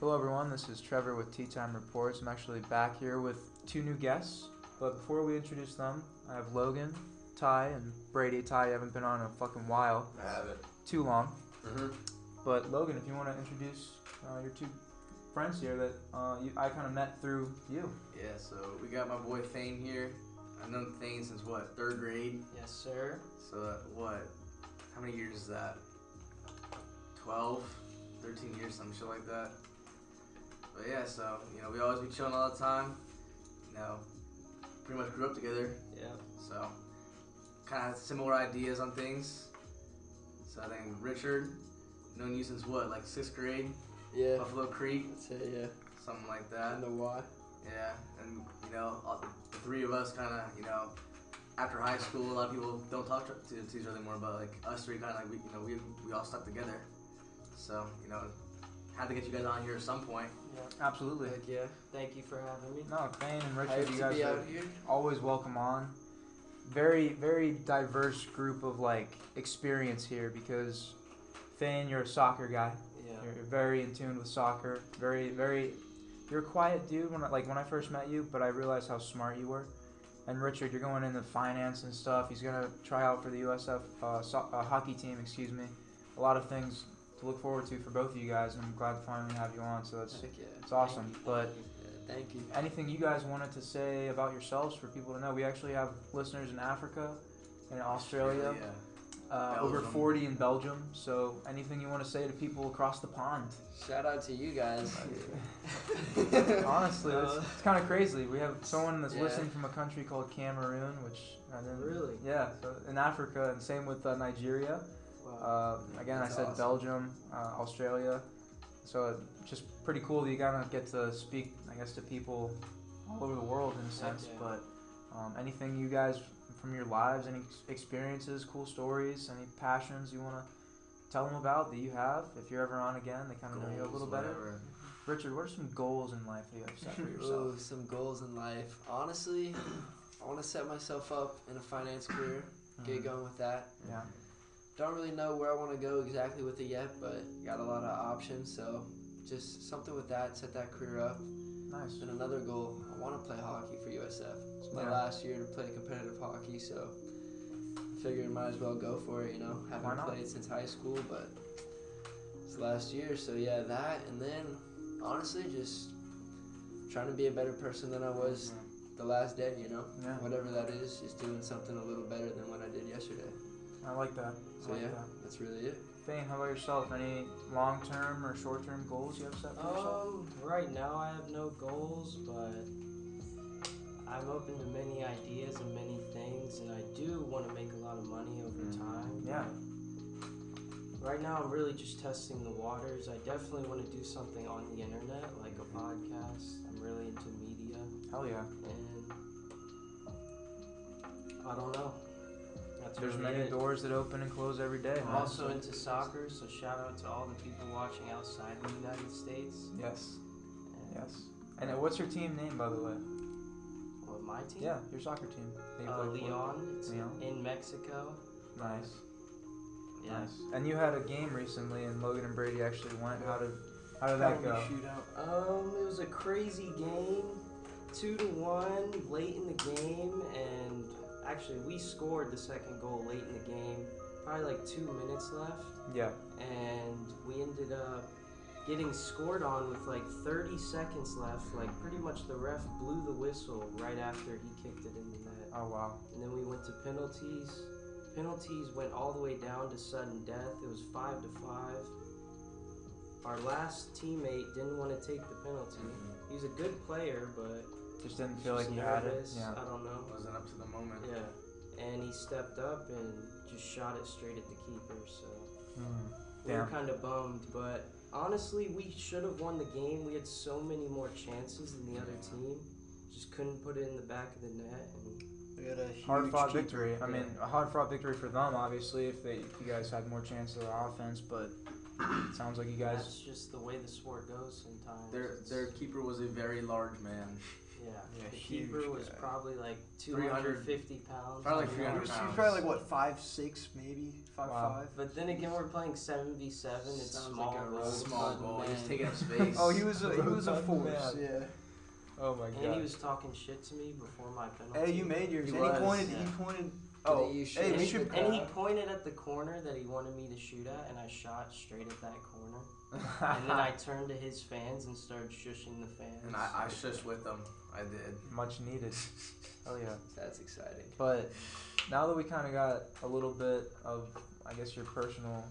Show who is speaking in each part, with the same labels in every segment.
Speaker 1: Hello, everyone. This is Trevor with Tea Time Reports. I'm actually back here with two new guests, but before we introduce them, I have Logan, Ty, and Brady. Ty, you haven't been on in a fucking while,
Speaker 2: I have it.
Speaker 1: too long.
Speaker 2: Mm-hmm.
Speaker 1: But Logan, if you want to introduce uh, your two friends here that uh, you, I kind of met through you.
Speaker 2: Yeah, so we got my boy Thane here. I've known Thane since what, third grade?
Speaker 3: Yes, sir.
Speaker 2: So, uh, what, how many years is that? 12, 13 years, some shit like that. But yeah, so, you know, we always be chilling all the time. You know, pretty much grew up together,
Speaker 3: Yeah.
Speaker 2: so kind of similar ideas on things. So, I think Richard, known you since what, like sixth grade?
Speaker 3: Yeah.
Speaker 2: Buffalo Creek,
Speaker 3: That's it, yeah.
Speaker 2: something like that.
Speaker 3: and the Y.
Speaker 2: Yeah, and you know, all- the three of us kind of, you know, after high school, a lot of people don't talk to, to, to each other anymore. But like us three, kind of like we, you know, we we all stuck together. So you know, had to get you guys on here at some point.
Speaker 3: Yeah.
Speaker 1: Absolutely.
Speaker 3: Heck yeah. Thank you for having me.
Speaker 1: No, Thane and
Speaker 3: Hyped
Speaker 1: Richard, you
Speaker 3: to
Speaker 1: guys
Speaker 3: be
Speaker 1: are
Speaker 3: out here.
Speaker 1: always welcome on. Very, very diverse group of like experience here because Thane, you're a soccer guy.
Speaker 3: Yeah.
Speaker 1: You're you're very in tune with soccer. Very, very. You're a quiet dude when I, like when I first met you, but I realized how smart you were. And Richard, you're going into finance and stuff. He's gonna try out for the USF uh, so- uh, hockey team. Excuse me. A lot of things to look forward to for both of you guys, and I'm glad to finally have you on. So that's
Speaker 3: Heck yeah.
Speaker 1: it's awesome. But
Speaker 3: Thank you.
Speaker 1: anything you guys wanted to say about yourselves for people to know? We actually have listeners in Africa, in Australia, uh, over
Speaker 2: Belgium.
Speaker 1: 40 in Belgium. So anything you want to say to people across the pond?
Speaker 4: Shout out to you guys.
Speaker 1: Honestly,
Speaker 3: Uh,
Speaker 1: it's, it's kind of crazy. We have someone that's
Speaker 4: yeah.
Speaker 1: listening from a country called Cameroon, which I didn't.
Speaker 3: Really?
Speaker 1: Yeah, so in Africa, and same with uh, Nigeria.
Speaker 3: Wow.
Speaker 1: Uh, again, I
Speaker 2: That's
Speaker 1: said
Speaker 2: awesome.
Speaker 1: Belgium, uh, Australia. So it's just pretty cool that you kind of get to speak, I guess, to people all over the world in a sense.
Speaker 3: yeah.
Speaker 1: But um, anything you guys from your lives, any ex- experiences, cool stories, any passions you want to tell them about that you have, if you're ever on again, they kind of know you a little better. Richard, what are some goals in life that you have set for yourself?
Speaker 4: Ooh, some goals in life. Honestly, I want to set myself up in a finance career.
Speaker 1: Mm-hmm.
Speaker 4: Get going with that.
Speaker 1: Mm, Yeah.
Speaker 4: Don't really know where I want to go exactly with it yet, but got a lot of options. So just something with that. Set that career up.
Speaker 1: Nice.
Speaker 4: And another goal. I want to play hockey for USF. It's my
Speaker 1: Yeah.
Speaker 4: last year to play competitive hockey, so figured might as well go for it. You know,
Speaker 1: Why
Speaker 4: haven't
Speaker 1: not?
Speaker 4: played since high school, but it's last year, so yeah, that. And then honestly, just trying to be a better person than I was the last day. You know,
Speaker 1: Yeah.
Speaker 4: whatever that is, just doing something a little better than what I did yesterday.
Speaker 1: I like that. I
Speaker 4: So
Speaker 1: like
Speaker 4: yeah,
Speaker 1: that.
Speaker 4: that's really it.
Speaker 1: Thane, how about yourself? Any long term or short term goals you have set for yourself?
Speaker 3: Um, right now I have no goals, but I'm open to many ideas and many things, and I do want to make a lot of money over time.
Speaker 1: Yeah.
Speaker 3: Right now, I'm really just testing the waters. I definitely want to do something on the internet, like a podcast. I'm really into media,
Speaker 1: Hell yeah.
Speaker 3: and I don't know. That's
Speaker 1: There's
Speaker 3: really
Speaker 1: many
Speaker 3: it.
Speaker 1: doors that open and close every day.
Speaker 3: I'm
Speaker 1: man.
Speaker 3: also into soccer, so shout out to all the people watching outside the United States.
Speaker 1: Yes.
Speaker 3: And-
Speaker 1: Yes. And uh, what's your team name, by the way?
Speaker 3: Well, my team?
Speaker 1: Yeah, your soccer team. They
Speaker 3: Uh,
Speaker 1: play for-
Speaker 3: Leon. It's
Speaker 1: Leon.
Speaker 3: in Mexico.
Speaker 1: Nice.
Speaker 3: Yeah.
Speaker 1: Nice. And you had a game recently, and Logan and Brady actually went. How did how did that go?
Speaker 3: Um, it was a crazy game, two to one, late in the game, and actually we scored the second goal late in the game, probably like two minutes left,
Speaker 1: Yeah.
Speaker 3: and we ended up getting scored on with like 30 seconds left. Like pretty much the ref blew the whistle right after he kicked it in the net,
Speaker 1: Oh wow.
Speaker 3: and then we went to penalties. Penalties went all the way down to sudden death. It was five to five. Our last teammate didn't want to take the penalty.
Speaker 2: Mm-hmm.
Speaker 3: He's a good player, but
Speaker 1: Just didn't
Speaker 3: just
Speaker 1: feel like you had it.
Speaker 3: nervous.
Speaker 1: Yeah.
Speaker 3: I don't know.
Speaker 2: Wasn't up to the moment.
Speaker 3: Yeah, and he stepped up and just shot it straight at the keeper. So
Speaker 1: Mm.
Speaker 3: we were
Speaker 1: Damn.
Speaker 3: kind of bummed, but honestly, we should have won the game. We had so many more chances than the other team. Just couldn't put it in the back of the net. And
Speaker 4: We got a
Speaker 1: Hard fought victory. I mean,
Speaker 3: Yeah.
Speaker 1: a hard fought victory for them, obviously, if they if you guys had more chance of the offense. But it sounds like you guys.
Speaker 3: that's just the way the sport goes sometimes.
Speaker 2: Their
Speaker 3: It's-
Speaker 2: their keeper was a very large man.
Speaker 3: Yeah.
Speaker 1: Yeah,
Speaker 3: the
Speaker 1: huge
Speaker 3: keeper was
Speaker 1: guy.
Speaker 3: probably like
Speaker 2: 300
Speaker 3: 250 pounds.
Speaker 2: Probably like
Speaker 3: Yeah.
Speaker 2: 300
Speaker 5: He's
Speaker 2: pounds.
Speaker 5: probably like what five six maybe five
Speaker 1: Wow.
Speaker 5: five.
Speaker 3: But then again, we're playing 7v7. It's
Speaker 4: Sounds
Speaker 3: small.
Speaker 4: like a
Speaker 3: goals.
Speaker 4: road
Speaker 2: Small
Speaker 4: Fun
Speaker 2: goal. He was
Speaker 4: man.
Speaker 2: taking up space.
Speaker 5: Oh, he was a, he was a
Speaker 1: Roadhog
Speaker 5: force.
Speaker 1: man.
Speaker 5: Yeah.
Speaker 1: Oh my
Speaker 3: And he
Speaker 1: god.
Speaker 3: was talking shit to me before my penalty.
Speaker 5: Hey, you made yours.
Speaker 2: He
Speaker 5: and
Speaker 2: was,
Speaker 5: he pointed.
Speaker 3: yeah.
Speaker 5: He pointed.
Speaker 4: Did
Speaker 5: Oh,
Speaker 4: he shoot
Speaker 5: hey,
Speaker 3: and,
Speaker 5: we
Speaker 4: the
Speaker 3: he,
Speaker 5: should.
Speaker 3: and he
Speaker 4: crowd?
Speaker 3: pointed at the corner that he wanted me to shoot at, and I shot straight at that corner. and then I turned to his fans and started shushing the fans.
Speaker 2: And I, I shushed with him. I did.
Speaker 1: Much needed. Oh yeah.
Speaker 4: That's exciting.
Speaker 1: But now that we kind of got a little bit of, I guess, your personal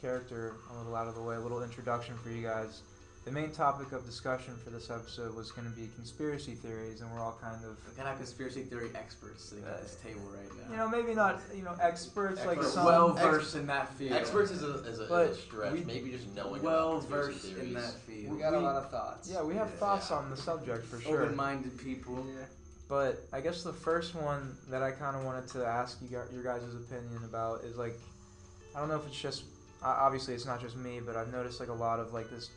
Speaker 1: character a little out of the way, a little introduction for you guys, the main topic of discussion for this episode was going to be conspiracy theories, and we're all kind of,
Speaker 2: Look at our conspiracy theory experts sitting at this table right now.
Speaker 1: you know, maybe not, you know, experts like
Speaker 2: But
Speaker 1: some.
Speaker 2: well versed in that field.
Speaker 6: Experts is a, is a,
Speaker 1: But
Speaker 6: is a stretch.
Speaker 1: we-
Speaker 6: Maybe just knowing
Speaker 2: well
Speaker 6: about conspiracy
Speaker 2: versed
Speaker 6: theories.
Speaker 2: in that
Speaker 4: We
Speaker 2: field.
Speaker 4: got a
Speaker 1: We-
Speaker 4: lot of thoughts.
Speaker 1: yeah, we have
Speaker 6: Yeah.
Speaker 1: thoughts on the subject for sure.
Speaker 2: Open-minded people.
Speaker 5: Yeah.
Speaker 1: But I guess the first one that I kind of wanted to ask you gu- your guys' opinion about is like, I don't know if it's just o- obviously it's not just me, but I've noticed like a lot of like this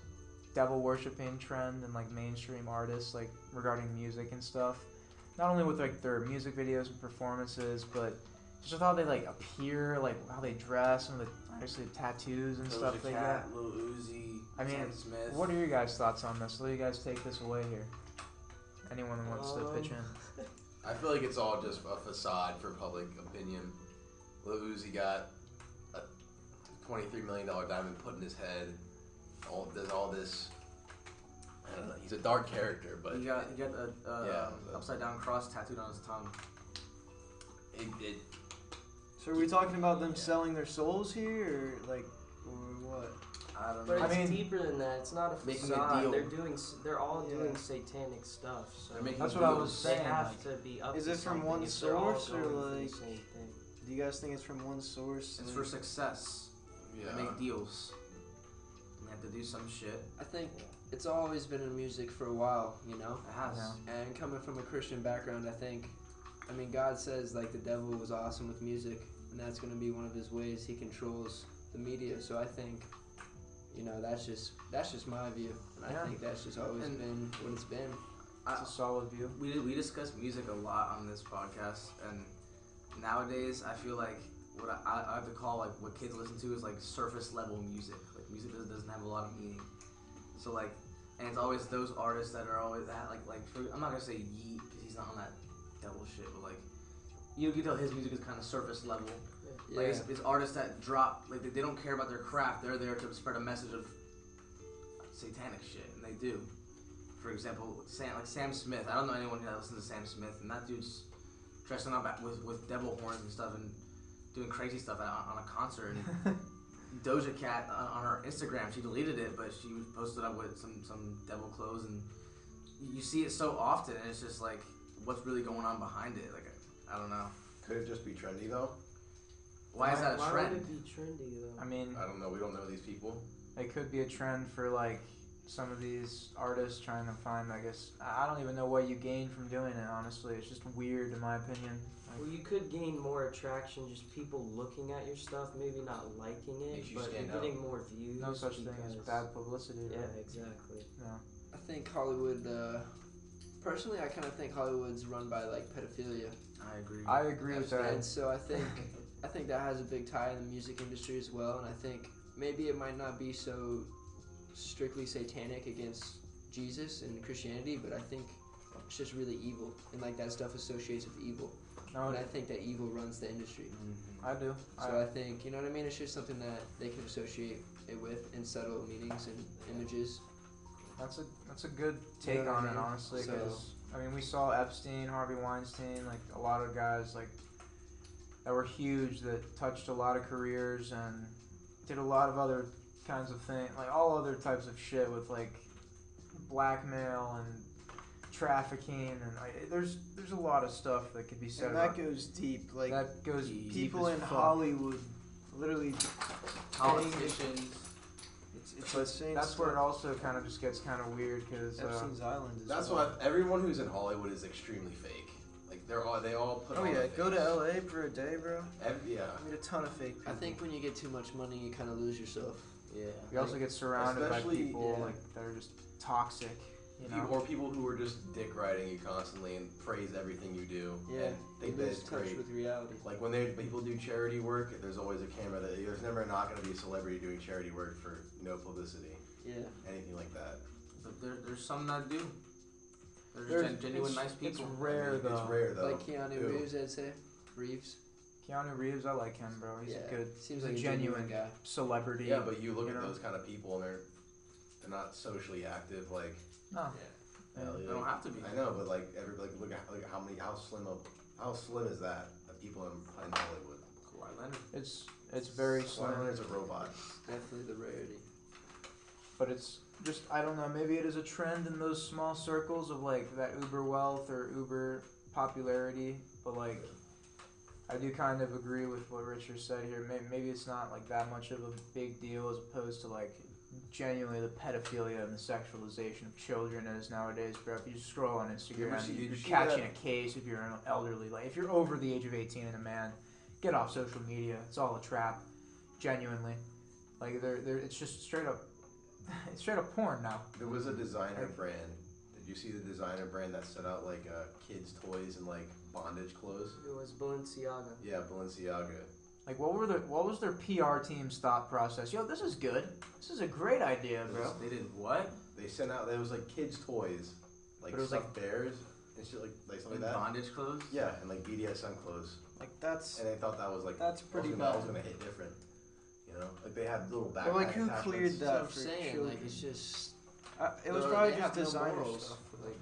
Speaker 1: devil worshipping trend and like mainstream artists like regarding music and stuff. Not only with like their music videos and performances, but just with how they like appear, like how they dress, some of the obviously the tattoos and stuff they
Speaker 2: Cat,
Speaker 1: got.
Speaker 2: Lil Uzi,
Speaker 1: I mean,
Speaker 2: Sam Smith.
Speaker 1: What are your guys' thoughts on this? What do you guys take this away here? Anyone that wants to pitch
Speaker 3: Um,
Speaker 1: in?
Speaker 6: I feel like it's all just a facade for public opinion. Lil Uzi got a twenty-three million dollar diamond put in his head. All there's all this. I don't know. He's a dark character, but
Speaker 2: He got, he got a, a
Speaker 6: Yeah,
Speaker 2: um,
Speaker 6: but-
Speaker 2: upside down cross tattooed on his tongue.
Speaker 6: it, it
Speaker 5: So are we talking about them
Speaker 6: Yeah.
Speaker 5: selling their souls here, or like, or what?
Speaker 2: I don't
Speaker 3: But
Speaker 2: know.
Speaker 1: I
Speaker 3: it's
Speaker 1: mean-
Speaker 3: deeper than that. It's not a
Speaker 2: Making a
Speaker 3: facade.
Speaker 2: deal.
Speaker 3: They're doing. s- They're all
Speaker 5: Yeah.
Speaker 3: doing satanic stuff. So
Speaker 2: They're making
Speaker 1: That's what I
Speaker 2: deals.
Speaker 1: was
Speaker 3: they
Speaker 1: saying.
Speaker 3: have
Speaker 1: like-
Speaker 3: to be up.
Speaker 5: Is
Speaker 3: to
Speaker 5: it from
Speaker 3: something
Speaker 5: one
Speaker 3: if they're all
Speaker 5: source or,
Speaker 3: going through the
Speaker 5: like-
Speaker 3: same thing.
Speaker 5: Do you guys think it's from one source?
Speaker 2: It's
Speaker 5: Like-
Speaker 2: for success.
Speaker 6: yeah.
Speaker 2: They make deals. They have to do some shit.
Speaker 4: I think it's always been in music for a while, you know.
Speaker 2: It has.
Speaker 1: Yeah.
Speaker 4: And coming from a Christian background, I think, I mean, God says like the devil was awesome with music, and that's going to be one of his ways. He controls the media, so I think, you know, that's just that's just my view, and
Speaker 1: Yeah.
Speaker 4: I think that's just always
Speaker 2: And-
Speaker 4: been what it's been.
Speaker 2: I-
Speaker 1: It's a solid view.
Speaker 2: we we discuss music a lot on this podcast, and nowadays I feel like what I- I, I have to call like what kids listen to is like surface level music. Like music doesn't, doesn't have a lot of meaning. So like, and it's always those artists that are always that like like for, I'm not gonna say Yeet because he's not on that devil shit, but like you can tell his music is kind of surface level.
Speaker 4: Yeah,
Speaker 2: Like it's, it's artists that drop like they, they don't care about their craft. They're there to spread a message of satanic shit, and they do. For example, Sam like Sam Smith. I don't know anyone that listens to Sam Smith, and that dude's dressing up at- with with devil horns and stuff and doing crazy stuff at, on, on a concert. And Doja Cat uh, on, on her Instagram, she deleted it, but she posted up with some some devil clothes, and you see it so often, and it's just like, what's really going on behind it? Like, I, I don't know.
Speaker 6: Could it just be trendy though?
Speaker 2: Why is that a
Speaker 3: Why
Speaker 2: trend?
Speaker 3: Would it be trendy though?
Speaker 1: I mean,
Speaker 6: I don't know. We don't know these people.
Speaker 1: it could be a trend for like some of these artists trying to find. I guess I I don't even know what you gain from doing it. Honestly, it's just weird in my opinion.
Speaker 3: Well, you could gain more attraction just people looking at your stuff, maybe not liking it,
Speaker 6: Makes you
Speaker 3: but
Speaker 6: stand
Speaker 3: you're getting more views.
Speaker 1: No such thing as
Speaker 3: because-
Speaker 1: bad publicity.
Speaker 3: Yeah,
Speaker 1: right?
Speaker 3: exactly.
Speaker 1: No.
Speaker 4: I think Hollywood. Uh, personally, I kind of think Hollywood's run by like pedophilia,
Speaker 2: I agree.
Speaker 1: I agree with
Speaker 4: and
Speaker 1: that.
Speaker 4: so I think I think that has a big tie in the music industry as well, and I think maybe it might not be so strictly satanic against Jesus and Christianity, but I think it's just really evil, and like that stuff associates with evil,
Speaker 1: No,
Speaker 4: and I think that evil runs the industry.
Speaker 1: I do.
Speaker 4: So I
Speaker 1: Oh, I,
Speaker 4: think you know what I mean. It's just something that they can associate it with in subtle meanings and images.
Speaker 1: that's a that's a good take
Speaker 4: You know what I
Speaker 1: on it,
Speaker 4: mean?
Speaker 1: honestly.
Speaker 4: So-
Speaker 1: Because I mean, we saw Epstein, Harvey Weinstein, like a lot of guys like that were huge that touched a lot of careers and did a lot of other kinds of things, like all other types of shit with like blackmail and trafficking and like, there's there's a lot of stuff that could be said
Speaker 5: And
Speaker 1: about
Speaker 5: that goes deep. Like
Speaker 1: that goes deep
Speaker 5: people
Speaker 1: as
Speaker 5: in
Speaker 1: fuck.
Speaker 5: Hollywood, literally,
Speaker 2: politicians.
Speaker 5: it's, it's
Speaker 1: But
Speaker 5: insane.
Speaker 1: That's where it
Speaker 5: stuff.
Speaker 1: also kind of just gets kind of weird because uh,
Speaker 5: Epstein's Island is.
Speaker 6: That's
Speaker 5: wild.
Speaker 6: why everyone who's in Hollywood is extremely fake. Like they're all they all put.
Speaker 5: Oh
Speaker 6: on
Speaker 5: yeah,
Speaker 6: a
Speaker 5: go to
Speaker 6: face.
Speaker 5: LA for a day, bro.
Speaker 6: Ev- yeah.
Speaker 5: I meet a ton of fake people.
Speaker 4: I think when you get too much money, you kind of lose yourself.
Speaker 2: Yeah.
Speaker 1: we also get surrounded by
Speaker 6: Especially,
Speaker 1: people
Speaker 4: yeah.
Speaker 1: like that are just toxic. You
Speaker 6: People-
Speaker 1: know,
Speaker 6: or people who are just dick riding you constantly and praise everything you do.
Speaker 4: Yeah,
Speaker 6: and
Speaker 4: They
Speaker 6: think that
Speaker 4: lose
Speaker 6: it's
Speaker 4: touch
Speaker 6: great.
Speaker 4: with reality.
Speaker 6: Like when they people do charity work, there's always a camera that there's never not going to be a celebrity doing charity work for no publicity,
Speaker 4: Yeah,
Speaker 6: anything like that.
Speaker 2: But there, there's some that do. There's,
Speaker 4: There's-
Speaker 2: gen- genuine
Speaker 1: it's-
Speaker 2: nice people.
Speaker 1: It's rare
Speaker 6: I mean,
Speaker 1: though.
Speaker 6: It's rare though.
Speaker 4: like Keanu
Speaker 6: Who?
Speaker 4: Reeves, I'd say. Reeves.
Speaker 1: Keanu Reeves, I like him, bro. He's
Speaker 4: yeah.
Speaker 1: a good
Speaker 4: Seems
Speaker 1: a
Speaker 4: like a genuine,
Speaker 1: genuine-
Speaker 4: guy.
Speaker 1: celebrity.
Speaker 6: yeah, but you look
Speaker 1: you
Speaker 6: at
Speaker 1: know?
Speaker 6: those kind of people and they're they're not socially active. Like
Speaker 1: no,
Speaker 6: hell
Speaker 2: They
Speaker 6: yeah.
Speaker 2: don't have to be.
Speaker 6: I know, but like every like look at, look at how many how slim of how slim is that of people in, in Hollywood.
Speaker 2: Kawhi Leonard.
Speaker 1: it's it's very
Speaker 6: Kawhi
Speaker 1: slim,
Speaker 6: Leonard's a robot.
Speaker 4: Definitely the rarity.
Speaker 1: but it's just I don't know. Maybe it is a trend in those small circles of like that uber wealth or uber popularity, but like. I do kind of agree with what Richard said here. May- Maybe it's not like that much of a big deal as opposed to like genuinely the pedophilia and the sexualization of children is nowadays, bro. If you scroll on
Speaker 6: You ever
Speaker 1: Instagram,
Speaker 6: see-
Speaker 1: you
Speaker 6: did
Speaker 1: are
Speaker 6: you see
Speaker 1: catching
Speaker 6: that-
Speaker 1: a case if you're an elderly. Like if you're over the age of 18 and a man, get off social media. It's all a trap, genuinely. Like they're, they're it's just straight up, it's straight up porn now.
Speaker 6: There was a designer brand. Did you see the designer brand that set out like uh, kids' toys and like bondage clothes?
Speaker 3: It was Balenciaga.
Speaker 6: Yeah, Balenciaga.
Speaker 1: Like what were the what was their PR team's thought process? Yo, this is good. This is a great idea, bro.
Speaker 2: They did what?
Speaker 6: They sent out. There was like kids' toys, like
Speaker 1: But it was,
Speaker 6: stuffed bears and shit, like like something
Speaker 2: In
Speaker 6: like that.
Speaker 2: bondage clothes?
Speaker 6: Yeah, and like BDSM clothes,
Speaker 5: Like that's
Speaker 6: and they thought that was like
Speaker 5: that's
Speaker 6: I was
Speaker 5: pretty
Speaker 6: gonna, I
Speaker 5: bad.
Speaker 6: was gonna hit different. You know, like they had little backpack
Speaker 5: But like who
Speaker 6: attachments.
Speaker 5: cleared
Speaker 4: That's what I'm
Speaker 5: that for
Speaker 4: saying.
Speaker 5: children?
Speaker 4: Like it's just.
Speaker 5: Uh, it was
Speaker 4: they're-
Speaker 5: probably
Speaker 4: they
Speaker 5: just
Speaker 4: have no
Speaker 5: designer
Speaker 4: morals.
Speaker 5: stuff.
Speaker 4: Like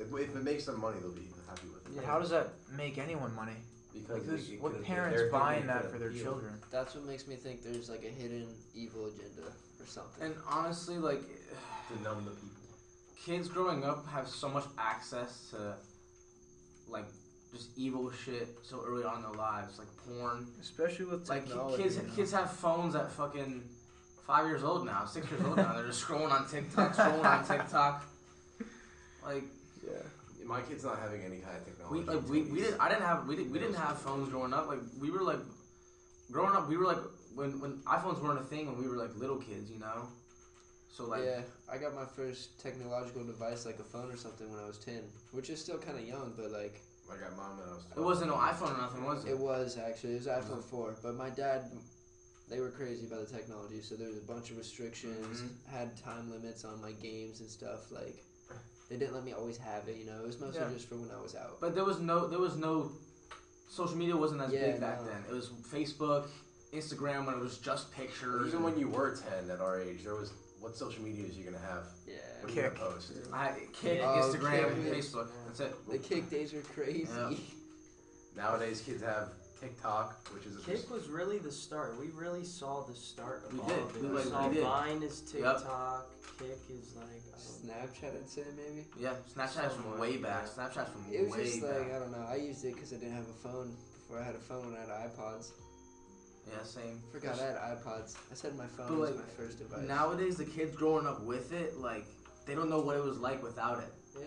Speaker 6: If, if it makes them money, they'll be happy with it.
Speaker 1: But How does that make anyone money?
Speaker 6: Because
Speaker 1: Like who's,
Speaker 6: it- it
Speaker 1: what
Speaker 6: could've been
Speaker 1: parents
Speaker 6: their
Speaker 1: buying
Speaker 6: company,
Speaker 1: that for
Speaker 6: could've
Speaker 1: their
Speaker 6: appealed.
Speaker 1: children?
Speaker 4: that's what makes me think there's like a hidden evil agenda or something.
Speaker 2: And honestly, like,
Speaker 6: to numb the people?
Speaker 2: kids growing up have so much access to, like, just evil shit so early on in their lives, like porn.
Speaker 5: Especially with
Speaker 2: Like
Speaker 5: technology.
Speaker 2: kids,
Speaker 5: you know?
Speaker 2: kids have phones at fucking five years old now, six years old now. They're just scrolling on TikTok, scrolling on TikTok. Like
Speaker 5: Yeah.
Speaker 6: My kid's not having any kind of
Speaker 2: we, like
Speaker 6: technology.
Speaker 2: we,
Speaker 6: until
Speaker 2: we
Speaker 6: he's-
Speaker 2: didn't. I didn't have. We didn't. We didn't have phones growing up. Like we were like, growing up, we were like when when iPhones weren't a thing when we were like little kids, you know. So like,
Speaker 4: yeah, I got my first technological device like a phone or something when I was ten, which is still kind of young, but like
Speaker 6: I got mom when I was.
Speaker 2: it
Speaker 6: 12.
Speaker 2: wasn't no iPhone or nothing, was it?
Speaker 4: it was actually it was iPhone four. But my dad, they were crazy about the technology, so there was a bunch of restrictions,
Speaker 2: Mhm.
Speaker 4: had time limits on my games and stuff. Like they didn't let me always have it. You know, it was mostly
Speaker 1: Yeah.
Speaker 4: just for when I was out.
Speaker 2: But there was no. There was no. Social media wasn't as
Speaker 4: Yeah,
Speaker 2: big back
Speaker 4: no.
Speaker 2: then. It was Facebook, Instagram when it was just pictures.
Speaker 6: Even when you were ten, at our age, there was what social media is you gonna have?
Speaker 4: Yeah,
Speaker 6: What are you gonna
Speaker 1: Kick.
Speaker 6: post?
Speaker 2: I Kick,
Speaker 4: Oh,
Speaker 2: Instagram, and
Speaker 4: Kick.
Speaker 2: Facebook. That's it.
Speaker 4: the kick days were crazy.
Speaker 2: Yeah.
Speaker 6: Nowadays, kids have TikTok, which is
Speaker 3: Kick was really the start. We really saw the start of
Speaker 2: We
Speaker 3: all
Speaker 2: did.
Speaker 3: of it.
Speaker 2: We
Speaker 3: We
Speaker 2: like-
Speaker 3: saw
Speaker 2: we did.
Speaker 3: Vine is
Speaker 2: Yep.
Speaker 3: TikTok. Kick is like I don't
Speaker 4: Snapchat, I'd say maybe.
Speaker 2: Yeah, Snapchat's from way back. Snapchat's from
Speaker 4: It was
Speaker 2: way
Speaker 4: just
Speaker 2: back.
Speaker 4: like I don't know. I used it because I didn't have a phone before I had a phone. I had iPods. uh,
Speaker 2: yeah, same.
Speaker 4: Forgot I had iPods. I said my phone
Speaker 2: But,
Speaker 4: was
Speaker 2: like,
Speaker 4: my first device.
Speaker 2: Nowadays, the kids growing up with it, like they don't know what it was like without it.
Speaker 4: yeah,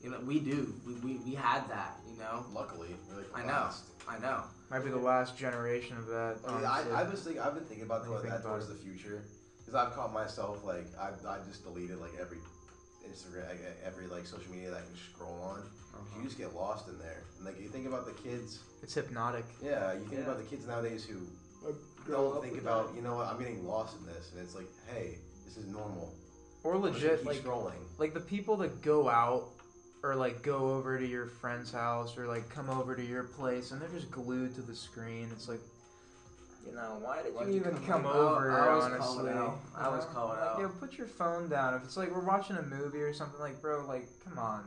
Speaker 2: You know, we do. We we, we had that. You know,
Speaker 6: luckily really
Speaker 2: I know.
Speaker 6: fast.
Speaker 2: I know.
Speaker 1: Might be the last generation of that.
Speaker 6: I, mean,
Speaker 1: honestly.
Speaker 6: I, I was thinking, I've been thinking about
Speaker 1: What do you
Speaker 6: that,
Speaker 1: think
Speaker 6: that
Speaker 1: about
Speaker 6: towards the future, because I've caught myself like I, I just deleted like every Instagram, like, every like social media that I can scroll on.
Speaker 2: Uh-huh.
Speaker 6: 'Cause You just get lost in there, and like you think about the kids.
Speaker 1: It's hypnotic.
Speaker 6: Yeah, you think
Speaker 5: Yeah.
Speaker 6: about the kids nowadays who
Speaker 4: grow up
Speaker 6: don't think
Speaker 4: with
Speaker 6: about you know what I'm getting lost in this, and it's like hey, this is normal.
Speaker 1: Or
Speaker 6: I'm just
Speaker 1: legit,
Speaker 6: gonna
Speaker 1: like
Speaker 6: keep scrolling.
Speaker 1: like the people that go out or like go over to your friend's house or like come over to your place and they're just glued to the screen. It's like, you know, why did
Speaker 4: Why'd
Speaker 1: you
Speaker 4: you
Speaker 1: even
Speaker 4: come
Speaker 1: come
Speaker 2: over?
Speaker 1: over?
Speaker 2: I always call it
Speaker 1: honestly,
Speaker 2: out. I
Speaker 1: You
Speaker 2: always
Speaker 1: know?
Speaker 2: call
Speaker 1: like,
Speaker 2: it out.
Speaker 1: Yo, put your phone down. If it's like we're watching a movie or something, like bro, like come on.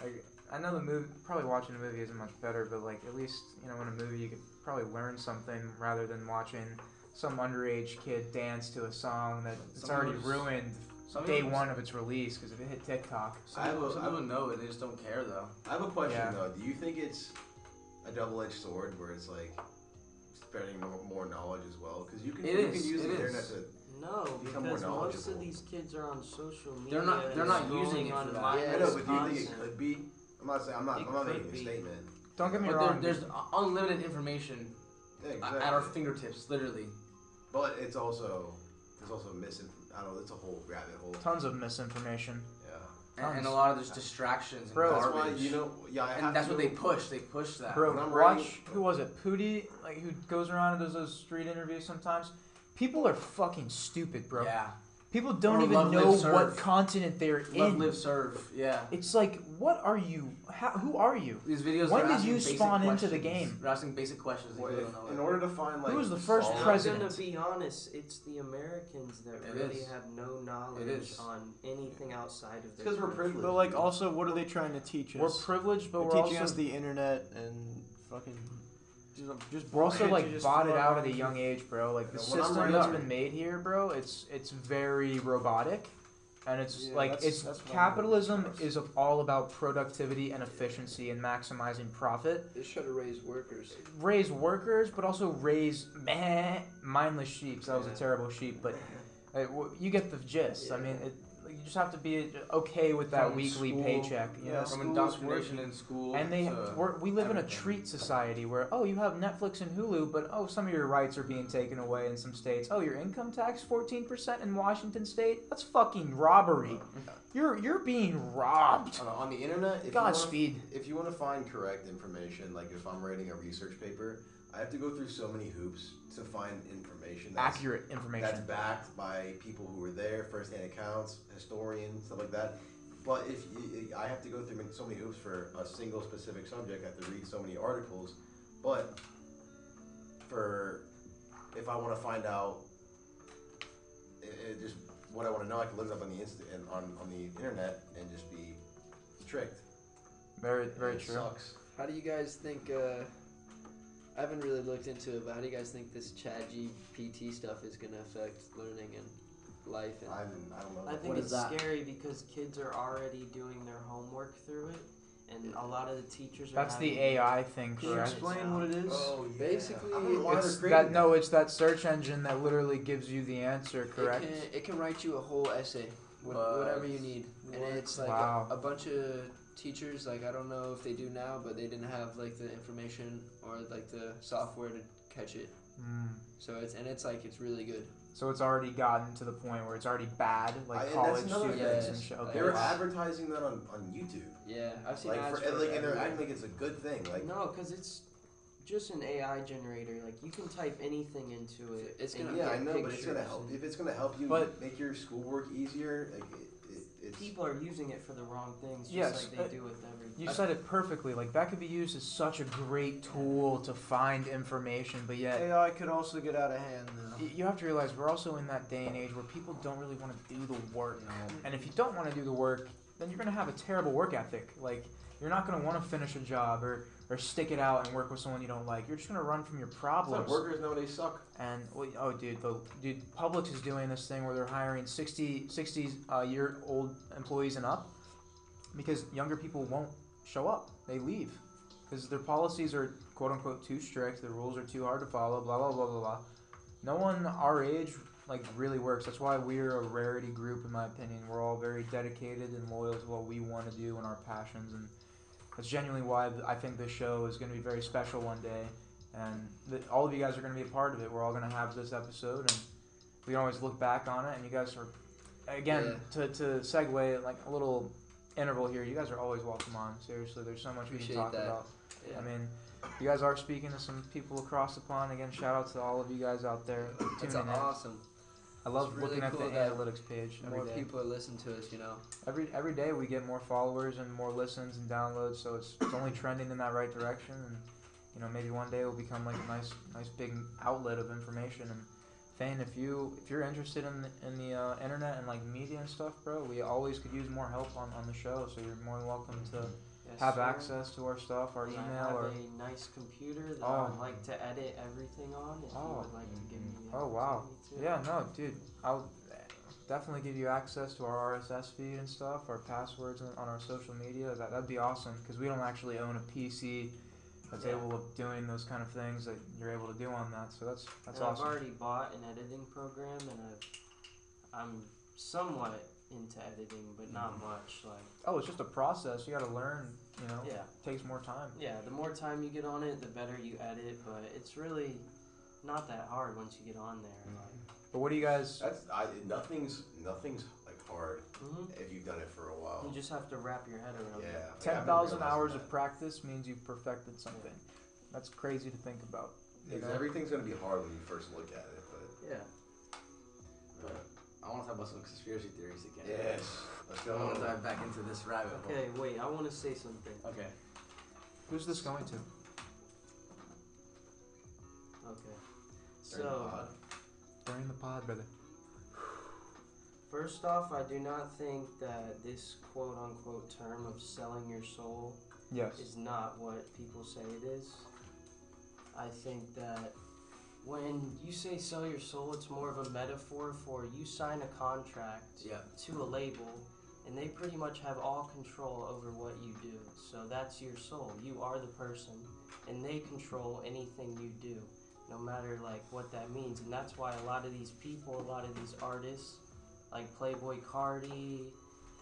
Speaker 1: Like I know the movie, probably watching a movie isn't much better, but like at least you know in a movie you could probably learn something rather than watching some underage kid dance to a song that it's
Speaker 2: Someone
Speaker 1: already
Speaker 2: was-
Speaker 1: ruined
Speaker 2: Some
Speaker 1: day
Speaker 2: people-
Speaker 1: one of its release because if it hit TikTok,
Speaker 2: Some
Speaker 6: I have
Speaker 2: people,
Speaker 6: a-
Speaker 2: some
Speaker 6: I-
Speaker 2: people know it. They just don't care though.
Speaker 6: I have a question
Speaker 1: Yeah.
Speaker 6: though. Do you think it's a double-edged sword where it's like spreading more, more knowledge as well? Because you can
Speaker 2: It
Speaker 6: you
Speaker 2: is,
Speaker 6: can use
Speaker 2: it
Speaker 6: the
Speaker 2: is.
Speaker 6: internet to
Speaker 3: know. No,
Speaker 6: Become more
Speaker 3: because most
Speaker 6: knowledgeable.
Speaker 3: of these kids are on social media.
Speaker 2: They're not- they're
Speaker 3: and
Speaker 2: not
Speaker 3: scrolling
Speaker 2: using it
Speaker 3: on
Speaker 2: for
Speaker 3: the
Speaker 2: that.
Speaker 6: I
Speaker 4: Yeah,
Speaker 6: know,
Speaker 4: it's
Speaker 6: but do you think it
Speaker 3: constant.
Speaker 6: could be? I'm not saying I'm not.
Speaker 3: It
Speaker 6: I'm not
Speaker 3: could
Speaker 6: making a
Speaker 3: be.
Speaker 6: statement.
Speaker 1: don't get me
Speaker 2: But there,
Speaker 1: wrong.
Speaker 2: there's unlimited information
Speaker 6: Yeah,
Speaker 2: a-
Speaker 6: exactly.
Speaker 2: at our fingertips, literally.
Speaker 6: but it's also there's also misinformation. I don't. know, It's a whole rabbit hole.
Speaker 1: tons of misinformation.
Speaker 6: Yeah.
Speaker 2: and, and
Speaker 1: Tons.
Speaker 2: a lot of there's distractions and
Speaker 1: Bro,
Speaker 2: garbage.
Speaker 1: that's
Speaker 6: That's why you know. Yeah, I have
Speaker 2: and that's
Speaker 6: to
Speaker 2: what they push. They push that.
Speaker 1: Bro,
Speaker 6: When I'm
Speaker 1: watch
Speaker 6: writing-
Speaker 1: who was it? Pootie, like who goes around and does those street interviews sometimes. People are fucking stupid, bro.
Speaker 2: Yeah.
Speaker 1: People don't
Speaker 2: Or
Speaker 1: even
Speaker 2: love, live,
Speaker 1: know
Speaker 2: serve.
Speaker 1: what continent they're
Speaker 2: Love,
Speaker 1: in.
Speaker 2: live, serve. Yeah.
Speaker 1: It's like, what are you? How, who are you?
Speaker 2: These videos.
Speaker 1: When
Speaker 2: they're
Speaker 1: did
Speaker 2: asking
Speaker 1: you
Speaker 2: basic
Speaker 1: spawn into the
Speaker 2: questions.
Speaker 1: game?
Speaker 2: They're asking basic questions. They
Speaker 6: Well,
Speaker 2: really
Speaker 6: if-
Speaker 2: don't know.
Speaker 6: in
Speaker 2: what-
Speaker 6: order to find like
Speaker 1: was the first
Speaker 6: solid-
Speaker 1: president?
Speaker 3: I'm gonna be honest. It's the Americans that
Speaker 2: It
Speaker 3: really
Speaker 2: is.
Speaker 3: have no knowledge
Speaker 2: is.
Speaker 3: on anything outside of their.
Speaker 6: because we're
Speaker 3: country.
Speaker 6: privileged.
Speaker 5: But like, also, what are they trying to teach us?
Speaker 1: We're privileged, but we're
Speaker 5: They're teaching
Speaker 1: also
Speaker 5: us the internet and fucking just, just
Speaker 1: we're also
Speaker 5: bullshit
Speaker 1: like
Speaker 5: you just
Speaker 1: botted
Speaker 5: throw
Speaker 1: out at a
Speaker 5: around.
Speaker 1: young age, bro. Like the
Speaker 6: Yeah, when I'm
Speaker 1: system
Speaker 6: right
Speaker 1: that's
Speaker 6: up-
Speaker 1: been made here, bro, it's it's very robotic, and it's
Speaker 5: Yeah,
Speaker 1: like
Speaker 5: that's-
Speaker 1: it's
Speaker 5: that's what I'm
Speaker 1: capitalism
Speaker 5: hoping for.
Speaker 1: is all about productivity and efficiency and maximizing profit.
Speaker 4: They should have raised workers.
Speaker 1: raise workers, but also raise meh, mindless sheep. That was a
Speaker 3: Yeah.
Speaker 1: terrible sheep, but uh, w- you get the gist. I mean,
Speaker 4: Yeah.
Speaker 1: it, you just have to be okay with that
Speaker 2: From
Speaker 1: weekly
Speaker 2: school,
Speaker 1: paycheck. You
Speaker 5: yeah,
Speaker 1: know?
Speaker 2: From
Speaker 5: School's
Speaker 2: indoctrination in school.
Speaker 1: And they
Speaker 2: to-
Speaker 1: we're, we live in a
Speaker 2: everything.
Speaker 1: treat society where oh you have Netflix and Hulu, but oh some of your rights are being taken away in some states. Oh your income tax fourteen percent in Washington State. That's fucking robbery. You're you're being robbed.
Speaker 6: on, the- on the internet. If you wanna,
Speaker 1: Godspeed.
Speaker 6: if you want to find correct information, like if I'm writing a research paper, I have to go through so many hoops to find information that's
Speaker 1: Accurate
Speaker 6: that's
Speaker 1: information.
Speaker 6: backed by people who were there, first-hand accounts, historians, stuff like that. But if you, I have to go through so many hoops for a single specific subject, I have to read so many articles. But for if I want to find out i i- just what I want to know, I can look it up on the inst- and on, on the internet and just be tricked.
Speaker 1: Very very
Speaker 6: It
Speaker 1: true.
Speaker 6: Sucks.
Speaker 4: How do you guys think? Uh, I haven't really looked into it, but how do you guys think this Chat GPT stuff is gonna affect learning and life? And
Speaker 6: I'm, I don't know.
Speaker 3: I think
Speaker 6: What is
Speaker 3: it's
Speaker 6: that?
Speaker 3: scary because kids are already doing their homework through it, and a lot of the teachers are.
Speaker 1: That's the
Speaker 3: having-
Speaker 1: AI thing,
Speaker 5: Can you
Speaker 1: correct?
Speaker 5: explain what it is?
Speaker 6: Oh, yeah.
Speaker 4: Basically,
Speaker 6: I don't know why
Speaker 1: It's
Speaker 6: they're creating
Speaker 1: that no, it's that search engine that literally gives you the answer, correct?
Speaker 4: It can, it can write you a whole essay, wha-
Speaker 2: What?
Speaker 4: whatever you need, and
Speaker 5: What?
Speaker 4: it's like a-
Speaker 1: Wow.
Speaker 4: a, bunch of teachers. Like I don't know if they do now, but they didn't have like the information or like the software to catch it.
Speaker 1: Mm.
Speaker 4: So it's and it's like it's really good.
Speaker 1: So it's already gotten to the point where it's already bad,
Speaker 6: I-
Speaker 1: like
Speaker 6: and that's
Speaker 1: college
Speaker 6: another
Speaker 1: students
Speaker 4: thing.
Speaker 1: and shit.
Speaker 4: Yes.
Speaker 1: Okay.
Speaker 6: They were
Speaker 1: wow.
Speaker 6: advertising that on, on YouTube.
Speaker 4: Yeah, I've seen
Speaker 6: Like,
Speaker 4: ads
Speaker 6: for,
Speaker 4: for
Speaker 6: and,
Speaker 4: it
Speaker 6: like, and they're
Speaker 4: everywhere.
Speaker 6: acting like it's a good thing. Like,
Speaker 3: No, because it's just an AI generator. Like you can type anything into it.
Speaker 4: It's
Speaker 3: and
Speaker 4: gonna-
Speaker 3: you
Speaker 6: yeah, I
Speaker 3: get
Speaker 6: know, but it's gonna
Speaker 3: pictures
Speaker 6: help.
Speaker 3: and
Speaker 6: If it's gonna help you
Speaker 1: But-
Speaker 6: make your schoolwork easier, like it, it, it's
Speaker 3: People are using it for the wrong things, just
Speaker 1: Yes,
Speaker 3: like they
Speaker 1: uh,
Speaker 3: do with everything.
Speaker 1: You said it perfectly. Like that could be used as such a great tool to find information, but yet
Speaker 5: AI could also get out of hand though.
Speaker 1: y- you have to realize we're also in that day and age where people don't really want to do the work. And if you don't want to do the work, then you're gonna have a terrible work ethic. Like you're not gonna want to finish a job or or stick it out and work with someone you don't like. You're just gonna run from your
Speaker 6: It's like
Speaker 1: problems.
Speaker 6: workers nowadays suck.
Speaker 1: And well, oh, dude, the dude, Publix is doing this thing where they're hiring 60, 60 uh, year old employees and up because younger people won't show up. They leave because their policies are quote unquote too strict. The rules are too hard to follow. Blah blah blah blah blah. No one our age like really works. That's why we're a rarity group, in my opinion. We're all very dedicated and loyal to what we want to do and our passions, and that's genuinely why I think this show is going to be very special one day and th- all of you guys are going to be a part of it. We're all going to have this episode, and we can always look back on it. And you guys are, again, to, to segue like a little interval here. You guys are always welcome on. Seriously, there's so much we
Speaker 4: Appreciate
Speaker 1: can talk
Speaker 4: that.
Speaker 1: about.
Speaker 4: Yeah.
Speaker 1: I mean, you guys are speaking to some people across the pond. Again, shout out to all of you guys out there
Speaker 4: It's
Speaker 1: tuning in.
Speaker 4: awesome.
Speaker 1: I love
Speaker 4: it's really
Speaker 1: looking at
Speaker 4: cool
Speaker 1: the
Speaker 4: that
Speaker 1: analytics page every
Speaker 4: More
Speaker 1: day.
Speaker 4: people are listening to us, you know.
Speaker 1: Every every day we get more followers and more listens and downloads, so it's, it's only trending in that right direction. And you know, maybe one day it'll become like a nice nice big outlet of information. And Thane, if you if you're interested in the, in the uh, internet and like media and stuff, bro, we always could use more help on, on the show. So you're more than welcome to
Speaker 3: Yes,
Speaker 1: have
Speaker 3: sir.
Speaker 1: access to our stuff, our
Speaker 3: And I
Speaker 1: email,
Speaker 3: have
Speaker 1: or
Speaker 3: a nice computer that
Speaker 1: Oh.
Speaker 3: I would like to edit everything on. If you
Speaker 1: Oh.
Speaker 3: would like to give me. the
Speaker 1: Oh, wow.
Speaker 3: opportunity to.
Speaker 1: yeah, no, dude, I'll definitely give you access to our RSS feed and stuff, our passwords on, on our social media. That that'd be awesome because we don't actually own a PC that's
Speaker 3: Yeah.
Speaker 1: able of doing those kind of things that you're able to do on that. So that's that's
Speaker 3: and
Speaker 1: awesome.
Speaker 3: I've already bought an editing program, and I've, I'm somewhat into editing, but not
Speaker 1: Mm-hmm.
Speaker 3: much. Like,
Speaker 1: oh, it's just a process. You got to learn. You know,
Speaker 3: yeah,
Speaker 1: it takes more time.
Speaker 3: yeah. The more time you get on it, the better you edit. But it's really not that hard once you get on
Speaker 1: Mm-hmm.
Speaker 3: there. Like,
Speaker 1: But what do you guys?
Speaker 6: That's I, nothing's nothing's like hard
Speaker 3: mm-hmm.
Speaker 6: if you've done it for a while.
Speaker 3: You just have to wrap your head around
Speaker 6: Yeah.
Speaker 3: it.
Speaker 6: like,
Speaker 1: Ten
Speaker 6: I've been
Speaker 1: thousand
Speaker 6: realizing
Speaker 1: hours
Speaker 6: that.
Speaker 1: of practice means you've perfected something. That's crazy to think about. you
Speaker 6: Because
Speaker 1: know?
Speaker 6: Everything's gonna be hard when you first look at it, but
Speaker 3: Yeah.
Speaker 6: uh,
Speaker 2: I want to talk about some conspiracy theories again.
Speaker 6: yes, let's
Speaker 2: I want to
Speaker 6: go.
Speaker 2: dive back into this rabbit hole.
Speaker 3: Okay, wait, I want to say something.
Speaker 2: Okay.
Speaker 1: Who's this going to?
Speaker 3: Okay. So,
Speaker 1: During the pod, brother.
Speaker 3: first off, I do not think that this quote unquote term of selling your soul
Speaker 1: Yes.
Speaker 3: is not what people say it is. I think that when you say sell your soul, it's more of a metaphor for you sign a contract
Speaker 2: Yeah.
Speaker 3: to a label and they pretty much have all control over what you do. So that's your soul. You are the person and they control anything you do, no matter like what that means. And that's why a lot of these people, a lot of these artists, like Playboy Cardi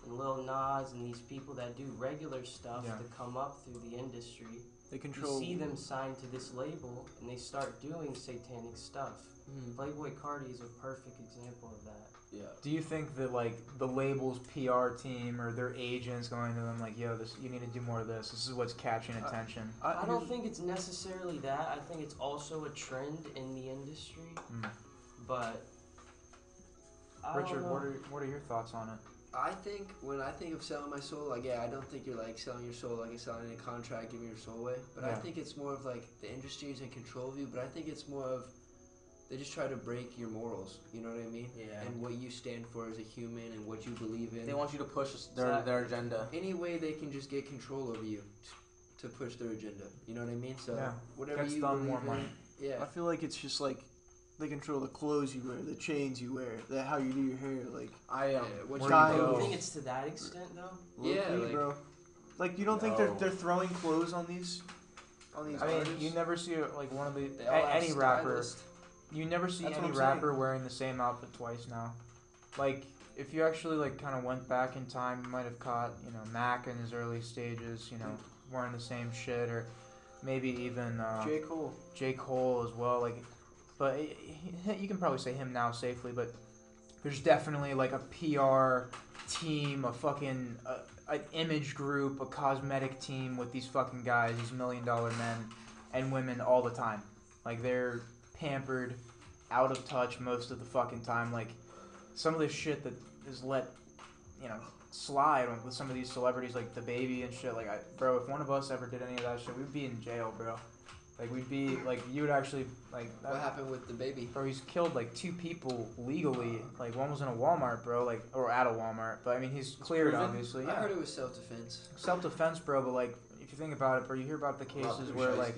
Speaker 3: and Lil Nas and these people that do regular stuff
Speaker 1: Yeah.
Speaker 3: to come up through the industry,
Speaker 5: They
Speaker 3: you
Speaker 5: control.
Speaker 3: see them signed to this label and they start doing satanic stuff.
Speaker 5: Hmm.
Speaker 4: Mhm.
Speaker 3: Playboy Cardi is a perfect example of that.
Speaker 2: Yeah.
Speaker 1: Do you think that like the label's PR team or their agents going to them like, yo, this you need to do more of this. This is what's catching
Speaker 5: Uh,
Speaker 1: attention.
Speaker 5: I,
Speaker 3: I don't think it's necessarily that. I think it's also a trend in the industry,
Speaker 1: Mm.
Speaker 3: but I don't
Speaker 1: Richard,
Speaker 3: know.
Speaker 1: what are what are your thoughts on it?
Speaker 4: I think when I think of selling my soul, like yeah, I don't think you're like selling your soul like you're selling a contract, giving your soul away. But I
Speaker 1: Yeah.
Speaker 4: think it's more of like the industry is in control of you. But I think it's more of they just try to break your morals. You know what I mean?
Speaker 2: Yeah.
Speaker 4: And what you stand for as a human and what you believe in.
Speaker 2: They want you to push their their agenda.
Speaker 4: any way they can just get control over you t- to push their agenda. You know what I mean? So
Speaker 1: Yeah.
Speaker 4: whatever
Speaker 1: Gets
Speaker 4: you
Speaker 1: them
Speaker 4: believe
Speaker 1: more
Speaker 4: in,
Speaker 1: money.
Speaker 4: yeah.
Speaker 5: I feel like it's just like they control the clothes you wear, the chains you wear, the how you do your hair, like
Speaker 2: I
Speaker 4: yeah
Speaker 2: um.
Speaker 4: what
Speaker 1: Where
Speaker 4: you
Speaker 1: you
Speaker 5: go.
Speaker 4: believe
Speaker 3: You
Speaker 4: in.
Speaker 3: think it's to that extent though?
Speaker 5: low
Speaker 4: Yeah,
Speaker 5: key,
Speaker 4: like-
Speaker 5: bro. Like you don't think they're
Speaker 6: No.
Speaker 5: they're throwing clothes on these on these
Speaker 1: I mean,
Speaker 5: artists?
Speaker 1: you never see like one of the
Speaker 4: They all
Speaker 1: a-
Speaker 4: have
Speaker 1: any rapper.
Speaker 4: stylists.
Speaker 1: You never see
Speaker 5: That's what
Speaker 1: any
Speaker 5: I'm saying.
Speaker 1: rapper wearing the same outfit twice now. Like, if you actually like kind of went back in time, you might have caught you know Mac in his early stages, you know, wearing the same shit, or maybe even uh,
Speaker 5: J Cole.
Speaker 1: J. Cole as well. Like, but i- i- you can probably say him now safely. But there's definitely like a PR team, a fucking uh, an image group, a cosmetic team with these fucking guys, these million dollar men and women all the time. Like they're pampered, out of touch most of the fucking time. Like some of the shit that is let you know slide with some of these celebrities like the baby and shit like I, bro if one of us ever did any of that shit we'd be in jail bro like we'd be like you would actually like that-
Speaker 4: What happened with the baby?
Speaker 1: bro he's killed like two people legally like one was in a walmart bro like or at a walmart but i mean he's cleared
Speaker 4: proven?
Speaker 1: obviously
Speaker 4: I
Speaker 1: yeah
Speaker 4: heard it was self defense.
Speaker 1: self-defense bro but like if you think about it bro you hear about the cases where like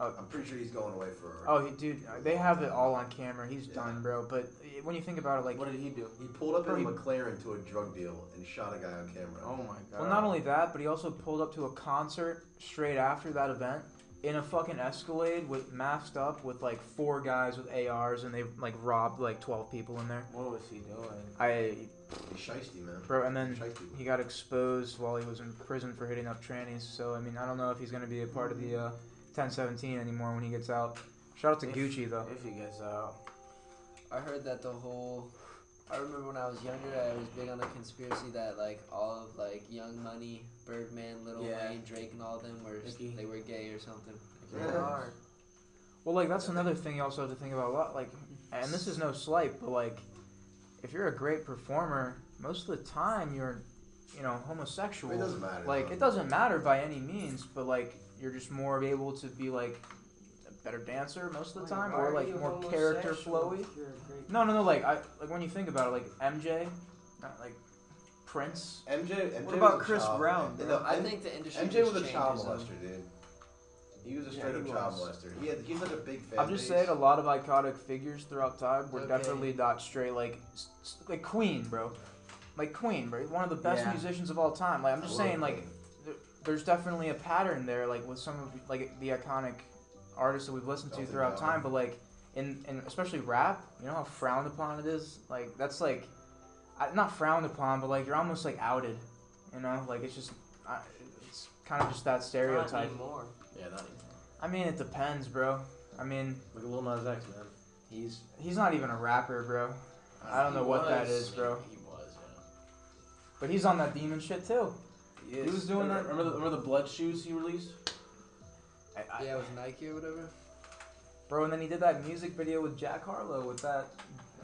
Speaker 1: uh,
Speaker 6: I'm pretty sure he's going away for.
Speaker 1: oh he, dude they have it all on camera he's
Speaker 6: Yeah.
Speaker 1: done bro but eh, when you think about it like
Speaker 2: did he do?
Speaker 6: He pulled up
Speaker 1: Pretty-
Speaker 6: in a McLaren to a drug deal and shot a guy on camera.
Speaker 2: Oh my god.
Speaker 6: uh,
Speaker 1: Well, not only that, but he also pulled up to a concert straight after that event in a fucking Escalade with masked up with like four guys with ARs, and they like robbed like twelve people in there.
Speaker 2: What was he doing?
Speaker 1: I
Speaker 6: He's shiesty, man.
Speaker 1: bro, and then
Speaker 6: Shiesty.
Speaker 1: he got exposed while he was in prison for hitting up trannies. So I mean, I don't know if he's gonna be a part of the uh, 1017 anymore when he gets out. Shout out to
Speaker 2: If-
Speaker 1: Gucci though.
Speaker 2: If he gets out.
Speaker 4: I heard that the whole. I remember when I was younger, I was big on the conspiracy that like all of like Young Money, Birdman, Little
Speaker 2: Yeah.
Speaker 4: Wayne, Drake, and all of them were
Speaker 2: Nicki.
Speaker 4: they were gay or something.
Speaker 2: Yeah.
Speaker 3: They are.
Speaker 1: Well, like that's another thing you also have to think about a lot. Like, and this is no slight, but like, if you're a great performer, most of the time you're, you know, homosexual.
Speaker 6: It doesn't matter.
Speaker 1: like
Speaker 6: though.
Speaker 1: it doesn't matter by any means, but like you're just more able to be like a better dancer most of the time,
Speaker 3: Why
Speaker 1: or
Speaker 3: are
Speaker 1: like
Speaker 3: you
Speaker 1: more character
Speaker 3: homosexual
Speaker 1: flowy.
Speaker 3: if you're a great-
Speaker 1: No, no, no. Like I like when you think about it, like MJ, not like Prince.
Speaker 6: MJ. MJ
Speaker 5: What about
Speaker 6: was a
Speaker 5: Chris
Speaker 6: child-
Speaker 5: Brown,
Speaker 6: No,
Speaker 5: bro?
Speaker 6: I
Speaker 4: I
Speaker 6: think
Speaker 4: think the industry.
Speaker 6: MJ
Speaker 4: just
Speaker 6: was a child
Speaker 4: changes them.
Speaker 6: molester, dude. He was a
Speaker 5: Yeah,
Speaker 6: straight up
Speaker 5: he
Speaker 6: child
Speaker 5: was.
Speaker 6: molester. He had, he's like a big fan.
Speaker 1: I'm just
Speaker 6: base.
Speaker 1: saying, a lot of iconic figures throughout time were
Speaker 4: Okay.
Speaker 1: definitely not straight. Like, s- s- like Queen, bro. Like Queen, bro. One of the best
Speaker 2: Yeah.
Speaker 1: musicians of all time. Like I'm just
Speaker 6: I love
Speaker 1: saying, like
Speaker 6: Queen.
Speaker 1: there's definitely a pattern there, like with some of like the iconic artists that we've listened to
Speaker 6: Elton
Speaker 1: throughout
Speaker 6: John.
Speaker 1: time. But like in and especially rap, you know how frowned upon it is. Like that's like I, not frowned upon, but like you're almost like outed. You know, like it's just I, it's kind of just that
Speaker 3: Not
Speaker 1: stereotype.
Speaker 3: anymore.
Speaker 6: Yeah, not
Speaker 1: I mean, it depends, bro. I mean,
Speaker 2: Look at Lil Nas X, man. He's.
Speaker 1: he's not even a rapper, bro. I don't know what that is, bro.
Speaker 6: He was, yeah.
Speaker 1: But he's on that demon shit too.
Speaker 2: He
Speaker 1: He
Speaker 2: is.
Speaker 1: was doing that.
Speaker 7: Remember the, remember the blood shoes he released?
Speaker 2: I, I,
Speaker 4: Yeah, it was Nike or whatever.
Speaker 1: Bro, and then he did that music video with Jack Harlow with that.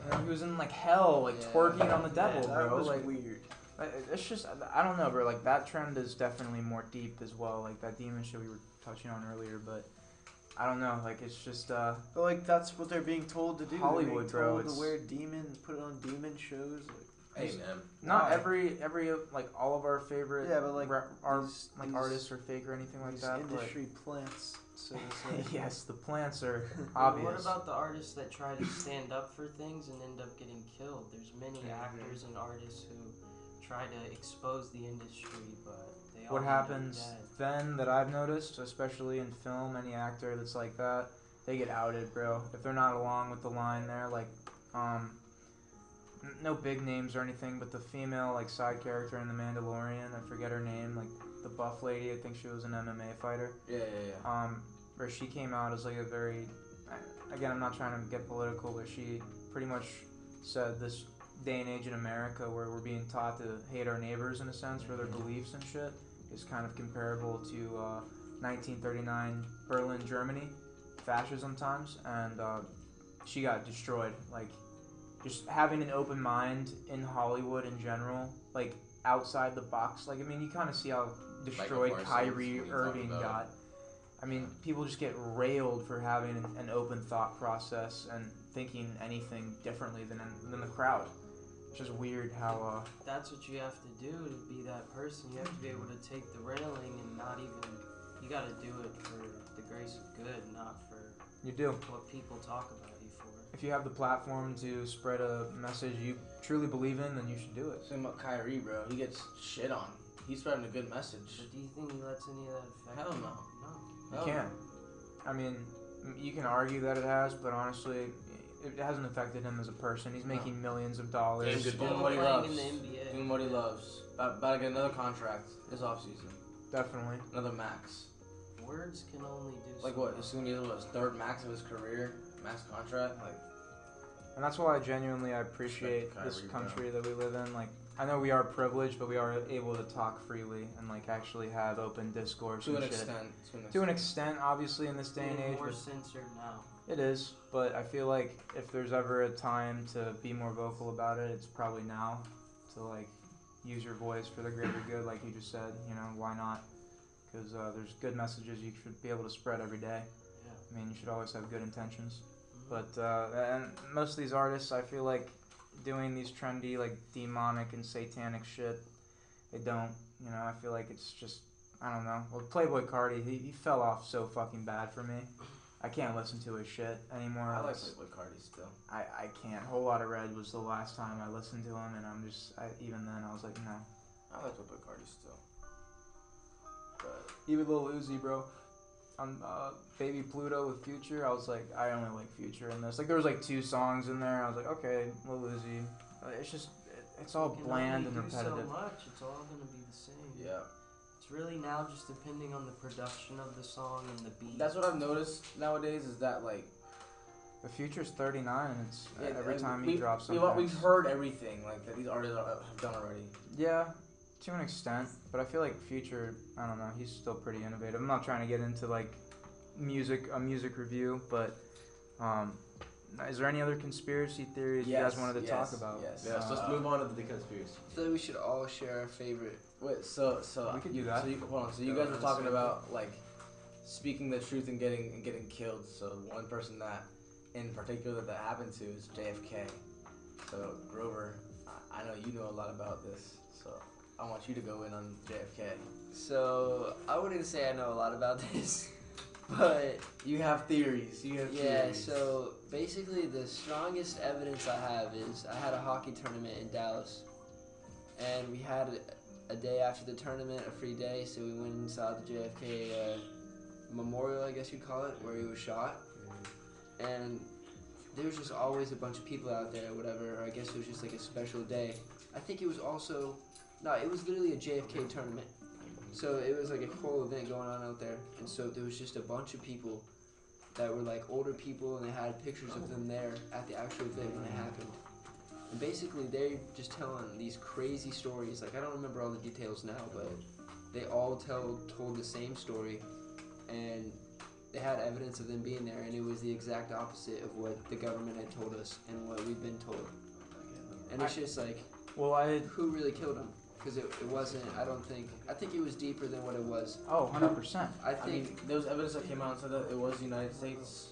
Speaker 1: You know, he was in like hell, like
Speaker 4: Yeah.
Speaker 1: twerking on the
Speaker 5: Yeah,
Speaker 1: devil,
Speaker 5: that
Speaker 1: bro.
Speaker 5: was
Speaker 1: Like,
Speaker 5: weird.
Speaker 1: I- it's just, I don't know, bro. Like that trend is definitely more deep as well. Like that demon shit we were touching on earlier, but I don't know. Like it's just, uh,
Speaker 5: But like that's what they're being told to do. They're
Speaker 1: Hollywood,
Speaker 5: being
Speaker 1: bro,
Speaker 5: told
Speaker 1: it's-
Speaker 5: To wear demon, put it on demon shows. Like,
Speaker 6: Hey man,
Speaker 1: not
Speaker 5: Why?
Speaker 1: every every like all of our favorite
Speaker 5: Yeah, but, like,
Speaker 1: re- our
Speaker 5: these-
Speaker 1: like
Speaker 5: these-
Speaker 1: artists are fake or anything like
Speaker 5: these
Speaker 1: that. but-
Speaker 5: industry plants. So it's like,
Speaker 1: yes, the plants are
Speaker 3: Well,
Speaker 1: obvious.
Speaker 3: What about the artists that try to stand up for things and end up getting killed? There's many actors and artists who try to expose the industry, but they all
Speaker 1: what
Speaker 3: end up
Speaker 1: happens
Speaker 3: dead.
Speaker 1: then that I've noticed, especially in film, any actor that's like that, they get outed, bro. If they're not along with the line there, like, um, n- no big names or anything, but the female like side character in The Mandalorian, I forget her name, like the buff lady, I think she was an MMA fighter
Speaker 2: yeah, yeah, yeah.
Speaker 1: um, where she came out as like a very, I- again, I'm not trying to get political, but she pretty much said this day and age in America where we're being taught to hate our neighbors in a sense for their beliefs and shit is kind of comparable to uh, 1939 Berlin, Germany, fascism times, and uh, she got destroyed. Like, just having an open mind in Hollywood in general, like outside the box. Like, I mean, you kind of see how destroyed
Speaker 6: Parsons, we
Speaker 1: Kyrie
Speaker 6: talked
Speaker 1: Irving
Speaker 6: about.
Speaker 1: got. I mean, people just get railed for having an, an open thought process and thinking anything differently than than the crowd. It's just weird how. Uh,
Speaker 3: That's what you have to do to be that person. You have to be able to take the railing and not even. You got to do it for the grace of good, not for
Speaker 1: you do.
Speaker 3: what people talk about you for.
Speaker 1: If you have the platform to spread a message you truly believe in, then you should do it.
Speaker 2: Same about Kyrie, bro. He gets shit on. He's spreading a good message.
Speaker 3: But do you think he lets any of that affect?
Speaker 2: Hell
Speaker 3: him?
Speaker 2: no.
Speaker 1: You
Speaker 3: No.
Speaker 2: Hell
Speaker 1: can. I mean, m- you can argue that it has, but honestly, it hasn't affected him as a person. He's making millions of
Speaker 6: Damn
Speaker 1: dollars.
Speaker 6: good
Speaker 3: Still
Speaker 6: ball.
Speaker 2: what he
Speaker 3: playing
Speaker 2: loves.
Speaker 3: in the NBA.
Speaker 2: Doing what he loves. About, about to get another contract this offseason.
Speaker 1: Definitely.
Speaker 2: Another max.
Speaker 3: Words can only do.
Speaker 2: Like
Speaker 3: so
Speaker 2: what?
Speaker 3: much.
Speaker 2: As soon as it was third max of his career, max contract. Like
Speaker 1: And that's why I genuinely I appreciate
Speaker 6: Respect
Speaker 1: this
Speaker 6: Kyrie, bro.
Speaker 1: country that we live in. Like, I know we are privileged, but we are able to talk freely and like actually have open discourse
Speaker 2: to
Speaker 1: and
Speaker 2: an
Speaker 1: shit.
Speaker 2: extent. To an
Speaker 1: To an
Speaker 2: extent.
Speaker 1: extent, obviously, in this day and
Speaker 3: Being
Speaker 1: age,
Speaker 3: more
Speaker 1: with
Speaker 3: censored now.
Speaker 1: It is, but I feel like if there's ever a time to be more vocal about it, it's probably now to like use your voice for the greater good, like you just said. You know, why not? Because uh, there's good messages you should be able to spread every day.
Speaker 3: Yeah.
Speaker 1: I mean, you should always have good intentions.
Speaker 3: Mhm.
Speaker 1: But uh, and most of these artists, I feel like doing these trendy, like demonic and satanic shit. They don't, you know. I feel like it's just I don't know. Well, Playboy Cardi, he, he fell off so fucking bad for me. I can't listen to his shit anymore.
Speaker 2: I like
Speaker 1: It's-
Speaker 2: Playboy Cardi still.
Speaker 1: I, I can't. Whole lot of red was the last time I listened to him, and I'm just I, even then I was like no.
Speaker 2: I like Playboy Cardi still. But
Speaker 1: Even Lil Uzi, bro. On uh, Baby Pluto with Future, I was like, I only like Future in this. Like, there was like two songs in there. I was like, okay, Lil Uzi. Uh, It's just, it, it's all
Speaker 3: You can
Speaker 1: bland
Speaker 3: only
Speaker 1: and
Speaker 3: do
Speaker 1: repetitive.
Speaker 3: So much. It's all gonna be the same.
Speaker 2: yeah.
Speaker 3: It's really now just depending on the production of the song and the beat.
Speaker 2: That's what I've noticed nowadays is that like
Speaker 1: The Future's 39, and it's uh,
Speaker 2: yeah,
Speaker 1: every
Speaker 2: and
Speaker 1: time
Speaker 2: we,
Speaker 1: he drops
Speaker 2: we've,
Speaker 1: something.
Speaker 2: al- we've
Speaker 1: it's-
Speaker 2: heard everything like that these artists are, have done already.
Speaker 1: Yeah, to an extent, but I feel like Future. I don't know. He's still pretty innovative. I'm not trying to get into like music a music review, but um, is there any other conspiracy theories you
Speaker 2: Yes,
Speaker 1: guys wanted to
Speaker 2: yes,
Speaker 1: talk about?
Speaker 2: yes.
Speaker 6: yes,
Speaker 1: Uh,
Speaker 6: let's move on to the conspiracy.
Speaker 4: I feel like we should all share our favorite.
Speaker 2: Wait, so so
Speaker 1: We could do that.
Speaker 2: So you, hold on. So you
Speaker 4: Go
Speaker 2: guys were
Speaker 4: on,
Speaker 2: talking
Speaker 4: sir.
Speaker 2: about like speaking the truth and getting and getting killed. So one person that in particular that happened to is JFK. So Grover, I, I know you know a lot about this. So I want you to go in on JFK.
Speaker 4: So I wouldn't say I know a lot about this, but
Speaker 2: You have theories. You have
Speaker 4: yeah.
Speaker 2: Theories.
Speaker 4: So basically, the strongest evidence I have is I had a hockey tournament in Dallas, and we had a, a day after the tournament a free day, so we went inside the JFK uh, memorial, I guess you'd call it, where he was shot, and there was just always a bunch of people out there, whatever. Or I guess it was just like a special day. I think it was also no, it was literally a JFK tournament. So it was like a cool event going on out there, and so there was just a bunch of people that were like older people, and they had pictures of them there at the actual event when it happened. And basically, they're just telling these crazy stories. Like I don't remember all the details now, but they all tell told the same story, and they had evidence of them being there, and it was the exact opposite of what the government had told us and what we've been told. And it's just like
Speaker 1: Well, I
Speaker 4: who really killed him? Because it, it wasn't. I don't think. I think it was deeper than what it was.
Speaker 1: oh 100 percent.
Speaker 4: I
Speaker 7: I
Speaker 4: think
Speaker 7: mean, there was evidence that came out and said that it was the United States.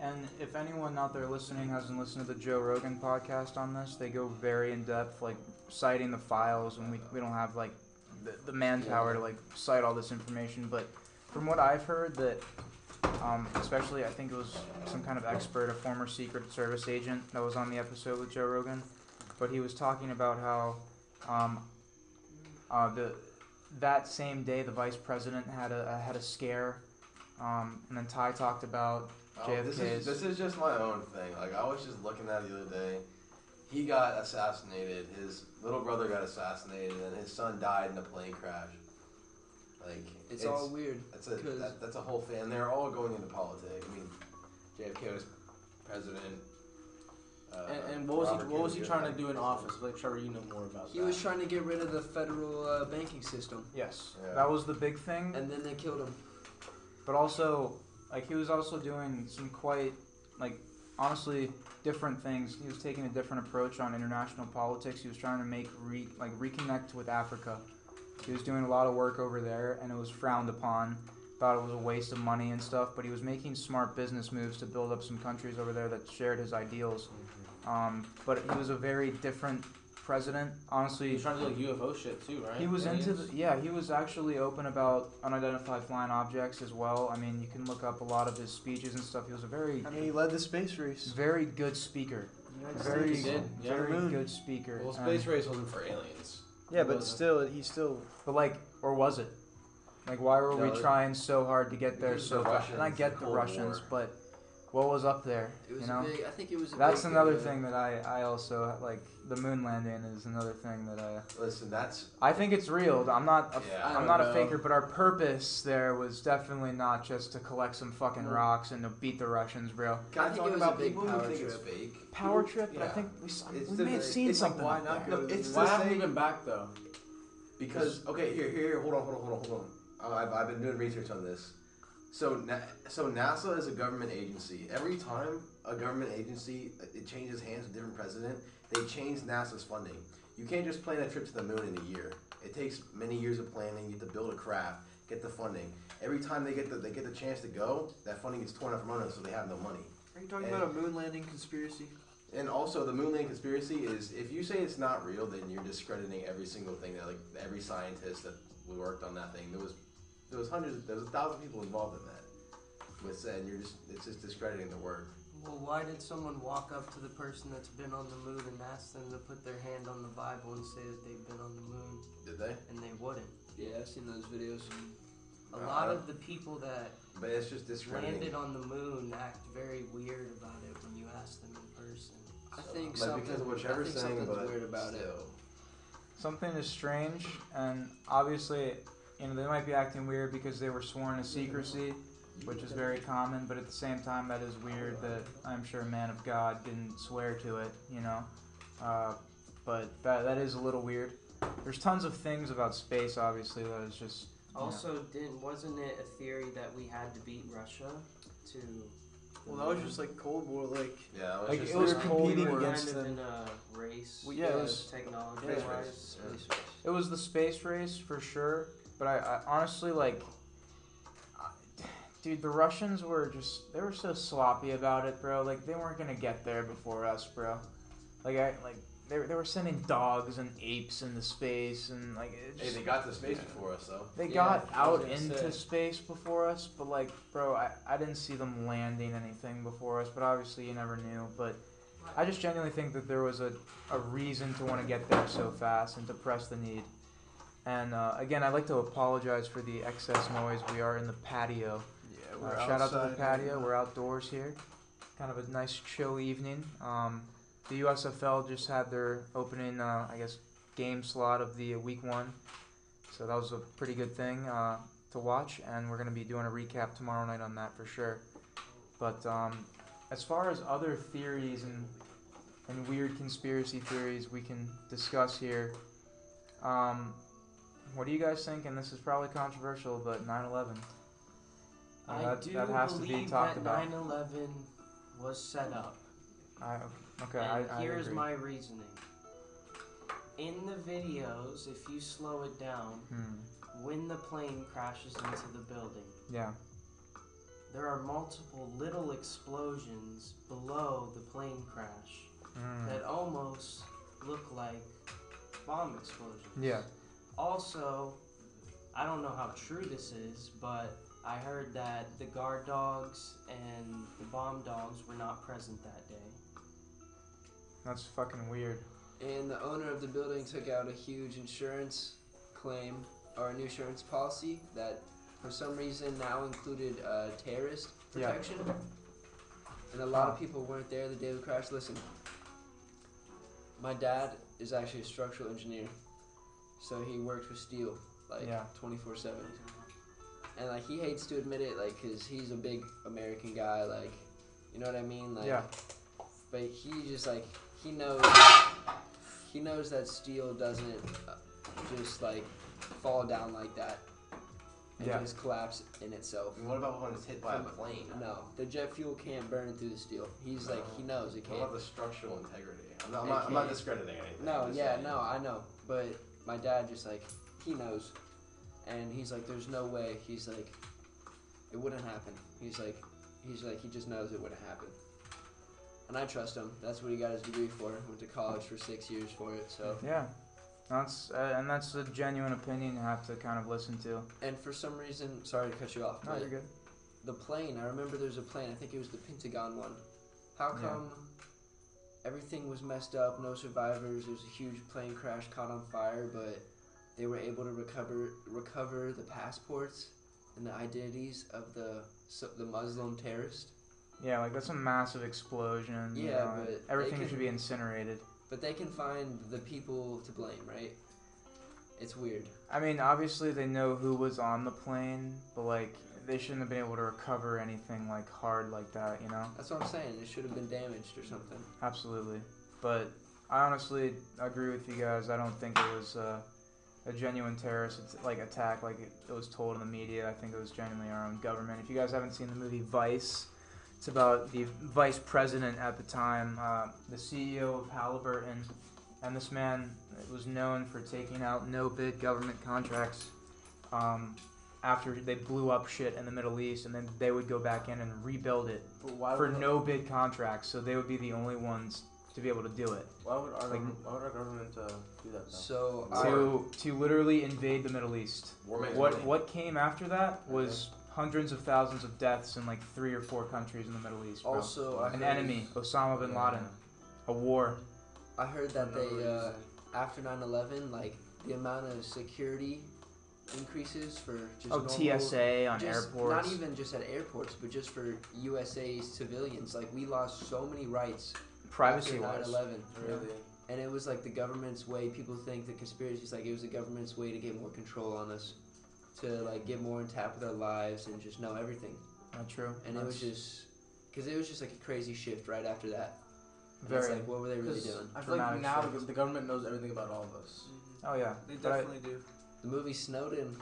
Speaker 1: And if anyone out there listening hasn't listened to the Joe Rogan podcast on this, they go very in depth, like citing the files, and we, we don't have like the, the manpower to like cite all this information. But from what I've heard, that um, especially I think it was some kind of expert, a former Secret Service agent that was on the episode with Joe Rogan, but he was talking about how um, uh, the that same day the vice president had a had a scare, um, and then Ty talked about
Speaker 6: Oh, this
Speaker 1: JFK's.
Speaker 6: is this is just my own thing. Like I was just looking at it the other day. He got assassinated. His little brother got assassinated, and his son died in a plane crash. Like
Speaker 4: it's, all weird.
Speaker 6: That's a
Speaker 4: 'Cause-
Speaker 6: that, that's a whole thing. And they're all going into politics. I mean, JFK was president. Uh,
Speaker 7: And, and what was
Speaker 6: Robert
Speaker 7: he? What was he
Speaker 6: Kennedy
Speaker 7: trying to do in office? Like Trevor, you know more about.
Speaker 4: He
Speaker 7: that.
Speaker 4: was trying to get rid of the federal uh, banking system,
Speaker 1: Yes,
Speaker 6: Yeah.
Speaker 1: that was the big thing.
Speaker 4: and then they killed him.
Speaker 1: But also, like he was also doing some quite, like honestly, different things. He was taking a different approach on international politics. He was trying to make re- like reconnect with Africa. He was doing a lot of work over there, and it was frowned upon. Thought it was a waste of money and stuff. But he was making smart business moves to build up some countries over there that shared his ideals. Um, but he was a very different president. Honestly,
Speaker 7: He was trying to do like UFO shit too, right?
Speaker 1: He was into
Speaker 7: Aliens?
Speaker 1: the, yeah. He was actually open about unidentified flying objects as well. I mean, you can look up a lot of his speeches and stuff. He was a very,
Speaker 5: I mean, he led the space race.
Speaker 1: very good speaker.
Speaker 5: United
Speaker 1: Very,
Speaker 7: He
Speaker 5: States.
Speaker 7: did, yeah.
Speaker 1: very
Speaker 5: Moon.
Speaker 1: good speaker.
Speaker 6: Well,
Speaker 1: and-
Speaker 6: space race wasn't for aliens.
Speaker 5: Yeah, but still, he still.
Speaker 1: but like, or was it? Like, why were
Speaker 6: No,
Speaker 1: we
Speaker 6: it-
Speaker 1: trying so hard to get there
Speaker 6: Because
Speaker 1: so
Speaker 6: the
Speaker 1: fast? And I
Speaker 6: Russians,
Speaker 1: get
Speaker 6: the
Speaker 1: the
Speaker 6: Cold
Speaker 1: Russians,
Speaker 6: War.
Speaker 1: but what was up there?
Speaker 4: It was
Speaker 1: you know,
Speaker 4: a big. I think it was. A
Speaker 1: that's
Speaker 4: big,
Speaker 1: another
Speaker 4: uh,
Speaker 1: thing that I, I also like. The moon landing is another thing that I.
Speaker 6: Listen, that's
Speaker 1: I think it's real. I'm not. A,
Speaker 6: Yeah, I
Speaker 1: I'm
Speaker 6: don't
Speaker 1: not a
Speaker 7: know.
Speaker 1: faker, but our purpose there was definitely not just to collect some fucking rocks and to beat the Russians, bro.
Speaker 4: I
Speaker 6: can I,
Speaker 4: think it
Speaker 6: talk
Speaker 4: was a
Speaker 6: about
Speaker 4: big
Speaker 6: people who
Speaker 4: power
Speaker 6: think it's
Speaker 4: trip.
Speaker 6: fake?
Speaker 1: Power trip, but I
Speaker 6: Yeah.
Speaker 1: think we, saw,
Speaker 6: It's
Speaker 1: we
Speaker 6: the-
Speaker 1: may have seen
Speaker 6: it's like,
Speaker 1: something.
Speaker 6: why
Speaker 1: like
Speaker 6: not
Speaker 1: that.
Speaker 6: go to the
Speaker 5: It's
Speaker 7: Why
Speaker 5: the
Speaker 7: haven't we
Speaker 5: same-
Speaker 7: been back though?
Speaker 6: Because okay, here, here, hold on, hold on, hold on, hold on. Uh, I've, I've been doing research on this. So, Na- so NASA is a government agency. Every time a government agency uh, it changes hands with a different president, they change NASA's funding. You can't just plan a trip to the moon in a year. It takes many years of planning. You have to build a craft, get the funding. Every time they get the they get the chance to go, that funding gets torn out from under them, so they have no money.
Speaker 5: Are you talking
Speaker 6: And-
Speaker 5: about a moon landing conspiracy?
Speaker 6: And also, the moon landing conspiracy is if you say it's not real, then you're discrediting every single thing that like every scientist that worked on that thing. There was there was hundreds, there was a thousand people involved in that. With and you're just it's just discrediting the work.
Speaker 3: Well, why did someone walk up to the person that's been on the moon and ask them to put their hand on the Bible and say that they've been on the moon?
Speaker 6: Did they?
Speaker 3: And they wouldn't.
Speaker 4: Yeah, I've seen those videos.
Speaker 3: A
Speaker 6: Uh,
Speaker 3: lot of the people that
Speaker 6: But it's just discrediting.
Speaker 3: landed on the moon act very weird about it when you ask them in person.
Speaker 4: I
Speaker 3: So,
Speaker 4: think
Speaker 6: But
Speaker 4: something.
Speaker 6: because of what
Speaker 4: I
Speaker 6: Trevor's
Speaker 4: think
Speaker 6: saying,
Speaker 4: something's
Speaker 6: but
Speaker 4: weird about it.
Speaker 6: still.
Speaker 1: Something is strange, and obviously, you know, they might be acting weird because they were sworn to secrecy, which is very common. But at the same time, that is weird that I'm sure a man of God didn't swear to it. You know, uh, but that that is a little weird. There's tons of things about space, obviously, that is just
Speaker 3: Also, didn't wasn't it a theory that we had to beat Russia to?
Speaker 5: Well, that was just like Cold War, like.
Speaker 6: Yeah, that was
Speaker 1: Like,
Speaker 6: just
Speaker 1: it was
Speaker 5: they're
Speaker 6: like-
Speaker 1: Cold
Speaker 5: competing
Speaker 1: War.
Speaker 5: against
Speaker 3: kind of in
Speaker 5: them.
Speaker 3: a race.
Speaker 5: Well, yeah, it
Speaker 3: uh,
Speaker 5: was-
Speaker 3: technology
Speaker 5: yeah.
Speaker 3: wise.
Speaker 6: Yeah.
Speaker 4: Space race.
Speaker 1: It was the space race for sure, but I, I honestly like, I, dude, the Russians were just they were so sloppy about it, bro. Like they weren't gonna get there before us, bro. Like I like they, were- they were sending dogs and apes into space and like it
Speaker 6: Hey,
Speaker 1: just,
Speaker 6: they got to space before us though.
Speaker 1: they
Speaker 3: Yeah,
Speaker 1: got
Speaker 3: I
Speaker 1: out
Speaker 3: was gonna
Speaker 1: into
Speaker 3: say.
Speaker 1: space before us, but like, bro, I, I didn't see them landing anything before us, but obviously you never knew. But I just genuinely think that there was a, a reason to want to get there so fast and to press the need. And uh, again, I'd like to apologize for the excess noise. We are in the patio.
Speaker 5: Yeah,
Speaker 1: Uh,
Speaker 5: we're
Speaker 1: shout out to the
Speaker 5: outside.
Speaker 1: patio. We're outdoors here. Kind of a nice chill evening. Um, the USFL just had their opening, uh, I guess, game slot of the uh, week one. So that was a pretty good thing uh, to watch. And we're going to be doing a recap tomorrow night on that for sure. But um, as far as other theories and and weird conspiracy theories we can discuss here. Um, what do you guys think? And this is probably controversial, but 9 11.
Speaker 3: I
Speaker 1: Uh, that,
Speaker 3: do
Speaker 1: that has to
Speaker 3: believe
Speaker 1: be talked about.
Speaker 3: that 9/11 was set up.
Speaker 1: I, okay,
Speaker 3: and
Speaker 1: I, I
Speaker 3: here's
Speaker 1: agree.
Speaker 3: my reasoning. In the videos, if you slow it down,
Speaker 1: Hmm.
Speaker 3: when the plane crashes into the building,
Speaker 1: Yeah.
Speaker 3: there are multiple little explosions below the plane crash
Speaker 1: Mm.
Speaker 3: that almost look like bomb explosions.
Speaker 1: Yeah.
Speaker 3: Also, I don't know how true this is, but I heard that the guard dogs and the bomb dogs were not present that day.
Speaker 1: That's fucking weird.
Speaker 4: and the owner of the building took out a huge insurance claim or a new insurance policy that for some reason now included uh, terrorist
Speaker 1: Yeah.
Speaker 4: protection and a lot of people weren't there the day of the crash listen my dad is actually a structural engineer so he worked with steel like
Speaker 1: Yeah.
Speaker 4: 24-7 and like he hates to admit it like because he's a big american guy like you know what i mean like
Speaker 1: Yeah.
Speaker 4: but he just like he knows he knows that steel doesn't uh, just like fall down like that and
Speaker 1: Yeah.
Speaker 4: just collapse in itself.
Speaker 6: And what about when it's hit by a plane?
Speaker 4: No, the jet fuel can't burn through the steel. He's like he knows it
Speaker 6: What
Speaker 4: can't.
Speaker 6: about the structural integrity? I'm not, I'm
Speaker 4: It
Speaker 6: not, I'm not
Speaker 4: can't.
Speaker 6: discrediting anything. I'm
Speaker 4: No,
Speaker 6: just
Speaker 4: yeah,
Speaker 6: saying.
Speaker 4: no, I
Speaker 1: Uh-huh.
Speaker 4: know, but my dad just like he knows, and he's like, there's no way. He's like, it wouldn't happen. He's like, he's like, he just knows it wouldn't happen. And I trust him. That's what he got his degree for. Went to college for six years for it. So.
Speaker 1: Yeah. That's uh, and that's a genuine opinion you have to kind of listen to.
Speaker 4: And for some reason, sorry to cut you off,
Speaker 1: No,
Speaker 4: but
Speaker 1: you're good.
Speaker 4: the plane, I remember there's a plane, I think it was the Pentagon one. How
Speaker 1: Yeah.
Speaker 4: come everything was messed up, no survivors, there's a huge plane crash caught on fire, but they were able to recover recover the passports and the identities of the so, the Muslim terrorist?
Speaker 1: Yeah, like that's a massive explosion. you
Speaker 4: Yeah,
Speaker 1: know,
Speaker 4: but
Speaker 1: everything
Speaker 4: they can-
Speaker 1: should be incinerated.
Speaker 4: But they can find the people to blame, right? It's weird.
Speaker 1: I mean, obviously they know who was on the plane, but like they shouldn't have been able to recover anything like hard like that, you know?
Speaker 4: That's what I'm saying. It should have been damaged or something.
Speaker 1: Absolutely. But I honestly agree with you guys. I don't think it was uh, a genuine terrorist at- like attack like it, it was told in the media. I think it was genuinely our own government. If you guys haven't seen the movie Vice, it's about the vice president at the time, uh, the CEO of Halliburton, and this man was known for taking out no bid government contracts. Um, after they blew up shit in the Middle East, and then they would go back in and rebuild it
Speaker 7: But why
Speaker 1: for
Speaker 7: would
Speaker 1: no bid contracts, so they would be the only ones to be able to do it.
Speaker 7: Why would our
Speaker 1: Like-
Speaker 7: government, why would our government uh, do that? Though?
Speaker 4: So,
Speaker 6: Wow.
Speaker 4: I,
Speaker 1: To to literally invade the Middle East.
Speaker 6: War makes
Speaker 1: What
Speaker 6: money.
Speaker 1: what came after that was hundreds of thousands of deaths in like three or four countries in the Middle East. Bro.
Speaker 4: also, I
Speaker 1: An
Speaker 4: heard-
Speaker 1: enemy, Osama bin Laden, a war.
Speaker 4: I heard that
Speaker 7: For no
Speaker 4: they uh,
Speaker 7: reason.
Speaker 4: after 9/11, like the amount of security increases for just
Speaker 1: Oh,
Speaker 4: normal,
Speaker 1: TSA on
Speaker 4: just
Speaker 1: airports.
Speaker 4: not even just at airports, but just for USA civilians. Like we lost so many rights
Speaker 1: privacy
Speaker 4: after
Speaker 1: wise.
Speaker 4: 9/11,
Speaker 7: Really?
Speaker 4: and it was like the government's way. People think the conspiracies like it was the government's way to get more control on us, to like get more in tap with our lives and just know everything.
Speaker 1: Not true.
Speaker 4: And it was just because it was just like a crazy shift right after that. And it's
Speaker 1: very.
Speaker 4: like what were they really
Speaker 7: 'Cause
Speaker 4: doing?
Speaker 7: I feel like
Speaker 1: Dramatic
Speaker 7: now
Speaker 1: shifts.
Speaker 7: the government knows everything about all of us.
Speaker 1: Oh yeah,
Speaker 5: They
Speaker 1: But I-
Speaker 5: definitely do.
Speaker 4: The movie Snowden.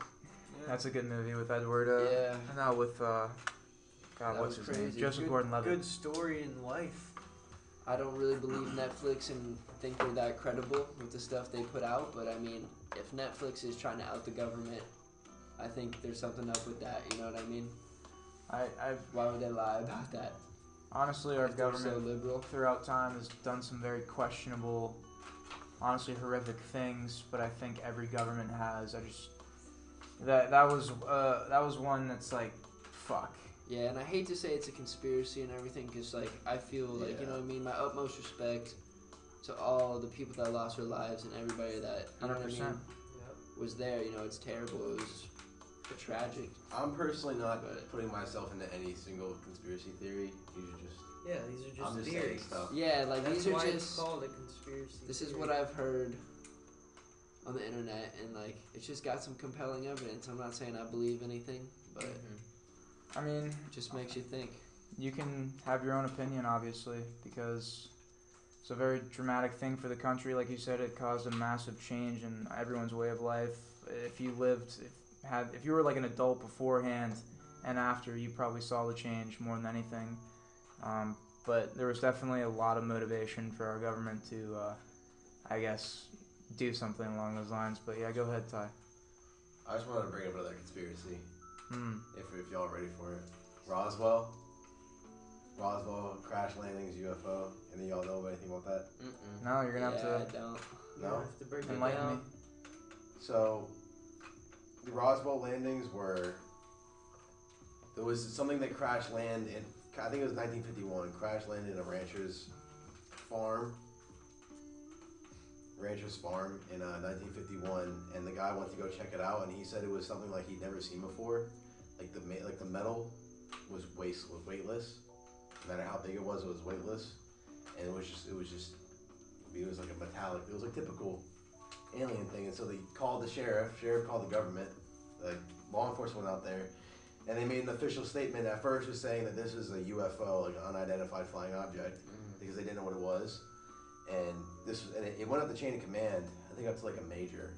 Speaker 1: that's a good movie with Edward. Uh,
Speaker 4: yeah.
Speaker 1: No, with uh, God,
Speaker 4: That
Speaker 1: what's
Speaker 4: was
Speaker 1: his name?
Speaker 4: crazy.
Speaker 1: Joseph
Speaker 5: Good-
Speaker 1: Gordon-Levitt.
Speaker 5: Good story in life.
Speaker 4: I don't really believe Netflix and think they're that credible with the stuff they put out, but I mean, if Netflix is trying to out the government, I think there's something up with that, you know what I mean?
Speaker 1: I, I
Speaker 4: Why would they lie about that?
Speaker 1: honestly, our
Speaker 4: if they're
Speaker 1: government
Speaker 4: so liberal.
Speaker 1: throughout time has done some very questionable, honestly horrific things. But I think every government has. I just that that was uh, that was one that's like, fuck.
Speaker 4: Yeah, and I hate to say it's a conspiracy and everything cuz like I feel like, you know what I mean, my utmost respect to all the people that lost their lives and everybody that, you
Speaker 1: Hundred
Speaker 4: know what I
Speaker 1: percent.
Speaker 4: mean, was there, you know, it's terrible. It was tragic,
Speaker 6: I'm personally not
Speaker 4: but
Speaker 6: putting myself into any single conspiracy theory. These are just
Speaker 3: Yeah, these are just
Speaker 6: I'm just saying
Speaker 3: theories.
Speaker 6: stuff.
Speaker 4: yeah, like
Speaker 3: That's
Speaker 4: these are
Speaker 3: why
Speaker 4: just
Speaker 3: it's called a conspiracy.
Speaker 4: This is
Speaker 3: theory.
Speaker 4: what I've heard on the internet, and like it's just got some compelling evidence. I'm not saying I believe anything, but it
Speaker 1: I mean,
Speaker 4: just makes you think.
Speaker 1: you can have your own opinion, obviously, because It's a very dramatic thing for the country. Like you said, it caused a massive change in everyone's way of life. If you lived, if, had, if you were like an adult beforehand and after, you probably saw the change more than anything. Um, but there was definitely a lot of motivation for our government to, uh, I guess, do something along those lines. But yeah, go ahead, Ty.
Speaker 6: I just wanted to bring up another conspiracy.
Speaker 1: Hmm.
Speaker 6: If, if y'all ready for it, Roswell. Roswell crash landings UFO. Any of y'all know anything about that?
Speaker 4: Mm-mm.
Speaker 1: No, you're gonna have to.
Speaker 4: yeah, I don't.
Speaker 3: You
Speaker 6: No.
Speaker 3: have to break it
Speaker 1: Enlighten me.
Speaker 3: down.
Speaker 6: So, the Roswell landings were. There was something that crash landed. In, I think it was 1951. Crash landed in a rancher's farm. Rancher's farm in uh, 1951, and the guy went to go check it out, and he said it was something like he'd never seen before. Like the ma- like the metal was waist was weightless. No matter how big it was, it was weightless, and it was just it was just it was like a metallic. It was like typical alien thing, and so they called the sheriff. Sheriff called the government. The law enforcement went out there, and they made an official statement. At first, was saying that this is a UFO, like an unidentified flying object, because they didn't know what it was. And this was, and it, it went up the chain of command. I think up to like a major,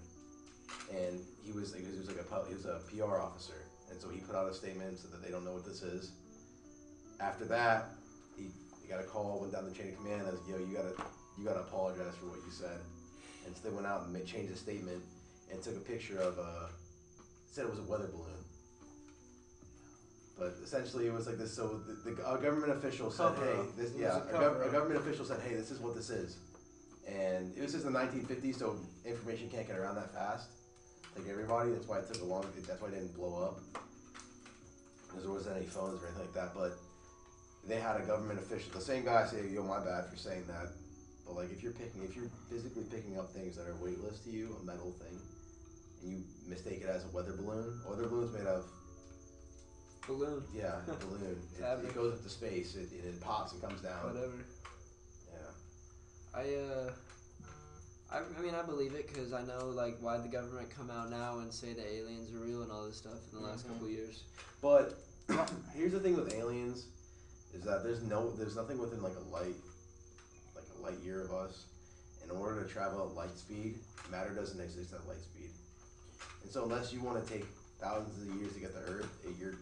Speaker 6: and he was like, he was like a pu- he was a PR officer, and so he put out a statement so that they don't know what this is. After that, he, he got a call, went down the chain of command, and was yo, you gotta you gotta apologize for what you said. And so they went out and ma- changed the statement and took a picture of a. Said it was a weather balloon. But essentially, it was like this. So the, the a government official said,
Speaker 5: Cover
Speaker 6: "Hey,
Speaker 5: up.
Speaker 6: this
Speaker 5: It was a
Speaker 6: yeah." A,
Speaker 5: cover
Speaker 6: gov- a
Speaker 5: up.
Speaker 6: government official said, "Hey, this is what this is," and it was just the 1950s, so information can't get around that fast. Like everybody, that's why it took a long. That's why it didn't blow up because there wasn't any phones or anything like that. But they had a government official, the same guy, say, "Yo, my bad for saying that." But like, if you're picking, if you're physically picking up things that are weightless to you, a metal thing, and you mistake it as a weather balloon, a weather balloon's made of
Speaker 4: Balloon,
Speaker 6: yeah, a balloon. It,
Speaker 4: Fabric.
Speaker 6: it goes up to space, it, it, it pops and comes down.
Speaker 4: whatever.
Speaker 6: Yeah,
Speaker 4: I uh, I, I mean I believe it because I know like why the government come out now and say that aliens are real and all this stuff in the
Speaker 6: Mm-hmm.
Speaker 4: last couple years.
Speaker 6: but here's the thing with aliens, is that there's no, there's nothing within like a light, like a light year of us. In order to travel at light speed, matter doesn't exist at light speed. And so unless you want to take thousands of years to get to Earth, it, your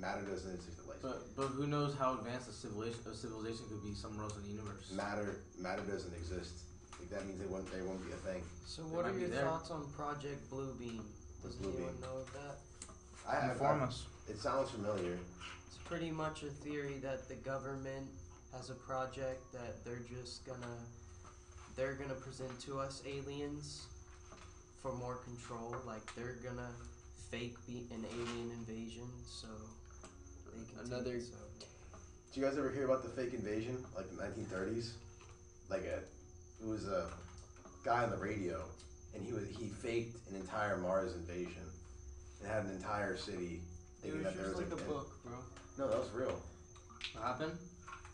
Speaker 6: matter doesn't exist at light speed.
Speaker 2: But but who knows how advanced a civilization a civilization could be somewhere else in the universe?
Speaker 6: matter matter doesn't exist. Like that means it won't they won't be a thing.
Speaker 3: So,
Speaker 2: It
Speaker 3: what
Speaker 2: might
Speaker 3: are
Speaker 2: be
Speaker 3: your
Speaker 2: there.
Speaker 3: thoughts on Project Bluebeam? Does
Speaker 6: Blue
Speaker 3: anyone
Speaker 6: Beam?
Speaker 3: know of that?
Speaker 6: I, I,
Speaker 1: Inform us.
Speaker 6: it sounds familiar.
Speaker 3: It's pretty much a theory that the government has a project that they're just gonna they're gonna present to us aliens for more control. Like they're gonna fake be an alien invasion, so they can
Speaker 4: Another-
Speaker 3: take us over.
Speaker 6: Did you guys ever hear about the fake invasion, like the 1930s? Like a, it was a guy on the radio, and he was he faked an entire Mars invasion, and had an entire city.
Speaker 5: It
Speaker 6: thinking
Speaker 5: was
Speaker 6: that there
Speaker 5: just like a
Speaker 6: an-
Speaker 5: book, bro.
Speaker 6: No, that was real.
Speaker 2: What happened?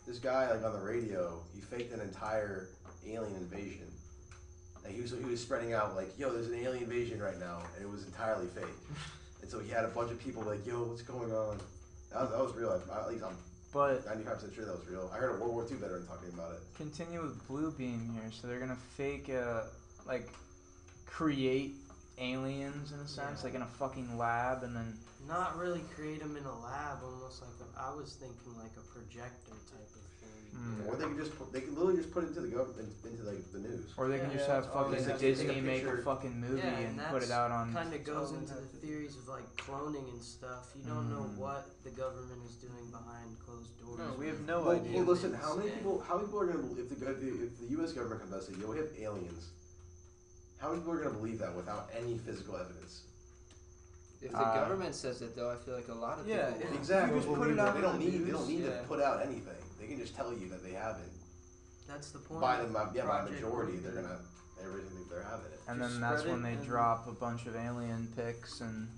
Speaker 6: This guy, like on the radio, he faked an entire alien invasion. Like he was he was spreading out like, yo, there's an alien invasion right now, and it was entirely fake. and so he had a bunch of people like, yo, what's going on? That was, that was real. I, at least I'm
Speaker 1: But
Speaker 6: 95% sure that was real. I heard a World War II veteran talking about it.
Speaker 1: continue with blue beam here so they're gonna fake uh like create aliens in a sense
Speaker 3: Yeah.
Speaker 1: like in a fucking lab and then
Speaker 3: Not really create them in a lab, almost like a, I was thinking like a projector type of thing.
Speaker 5: Hmm.
Speaker 1: Mm.
Speaker 6: Or they could just put, they could literally just put it into the government into like the news.
Speaker 1: or they can
Speaker 3: Yeah,
Speaker 1: just
Speaker 5: yeah,
Speaker 1: have
Speaker 5: that's all
Speaker 1: fucking
Speaker 6: they have. Take
Speaker 1: disney
Speaker 6: a
Speaker 1: make a
Speaker 6: picture.
Speaker 1: fucking movie
Speaker 3: Yeah,
Speaker 1: and,
Speaker 3: and
Speaker 1: put it
Speaker 3: that's
Speaker 1: out on
Speaker 3: kind of goes
Speaker 5: all
Speaker 3: into
Speaker 5: they
Speaker 3: the
Speaker 5: have to do.
Speaker 3: theories of like cloning and stuff. You don't know
Speaker 1: Mm.
Speaker 3: what the government is doing behind closed doors.
Speaker 5: No, we
Speaker 3: with
Speaker 5: have no
Speaker 6: well,
Speaker 5: idea.
Speaker 6: well, listen, how many
Speaker 3: Yeah.
Speaker 6: people? How many people are gonna believe if the gov- if the U.S. government comes out and say, "Yo, we have aliens"? How many people are gonna believe that without any physical evidence?
Speaker 4: If the
Speaker 1: Uh,
Speaker 4: government says it though, I feel like a lot of
Speaker 5: yeah,
Speaker 4: people. will.
Speaker 5: if- Exactly.
Speaker 6: You just
Speaker 5: Well,
Speaker 6: put
Speaker 5: we
Speaker 6: it
Speaker 5: know
Speaker 6: out. They
Speaker 5: the
Speaker 6: don't need. They
Speaker 5: news,
Speaker 6: don't need to
Speaker 4: yeah.
Speaker 6: put out anything. They can just tell you that they have it.
Speaker 3: That's the point.
Speaker 6: By the ma- yeah, by
Speaker 3: Project
Speaker 6: majority,
Speaker 3: Blue
Speaker 6: they're
Speaker 3: Beam.
Speaker 6: gonna everything that they're having it.
Speaker 1: and
Speaker 5: Just
Speaker 1: then that's
Speaker 5: spread
Speaker 1: when
Speaker 5: it
Speaker 1: they
Speaker 5: and-
Speaker 1: drop a bunch of alien pics and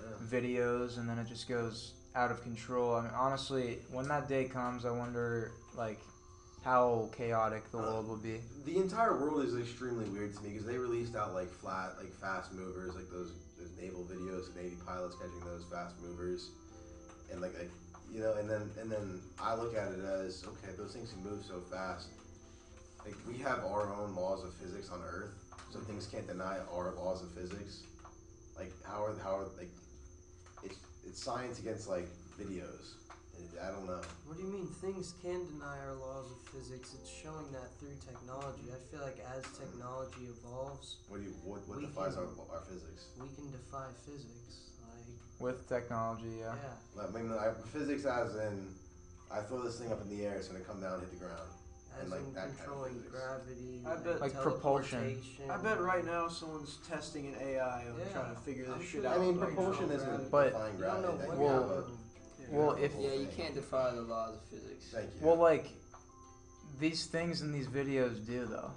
Speaker 6: Yeah.
Speaker 1: videos and then it just goes out of control i mean honestly when that day comes i wonder like how chaotic the
Speaker 6: Uh,
Speaker 1: world will be
Speaker 6: The entire world is extremely weird to me because they released out like flat, like fast movers, like those, those naval videos, navy pilots catching those fast movers, and like, like you know, and then and then I look at it as okay, those things can move so fast. like we have our own laws of physics on Earth, so
Speaker 3: Mm-hmm.
Speaker 6: things can't deny our laws of physics. Like how are how are like it's it's science against like videos. I I don't know.
Speaker 3: What do you mean things can deny our laws of physics? It's showing that through technology. I feel like as technology evolves,
Speaker 6: What do you what what
Speaker 3: We
Speaker 6: defines our
Speaker 3: can-
Speaker 6: our physics?
Speaker 3: we can defy physics. Like
Speaker 1: with technology.
Speaker 3: yeah.
Speaker 1: Yeah.
Speaker 6: Like, I mean, I, physics as in I throw this thing up in the air, it's gonna come down and hit the ground.
Speaker 3: As
Speaker 6: And, like,
Speaker 3: in
Speaker 6: that kind of
Speaker 3: controlling
Speaker 6: physics.
Speaker 3: gravity,
Speaker 5: I bet-
Speaker 1: Like propulsion.
Speaker 5: I bet right now someone's testing an AI and
Speaker 3: Yeah,
Speaker 5: trying to figure this
Speaker 3: I'm
Speaker 5: shit
Speaker 3: sure
Speaker 5: out.
Speaker 6: I mean,
Speaker 3: Like,
Speaker 6: propulsion
Speaker 3: no
Speaker 6: isn't
Speaker 1: gravity.
Speaker 6: defying
Speaker 3: You don't
Speaker 6: gravity.
Speaker 3: know
Speaker 6: That
Speaker 3: what
Speaker 6: you have
Speaker 1: Well,
Speaker 6: a-
Speaker 1: Well,
Speaker 6: you have
Speaker 1: if-
Speaker 6: a whole
Speaker 4: Yeah, you
Speaker 6: thing.
Speaker 4: can't defy the laws of physics.
Speaker 6: Thank you.
Speaker 1: Well, like these things in these videos do though.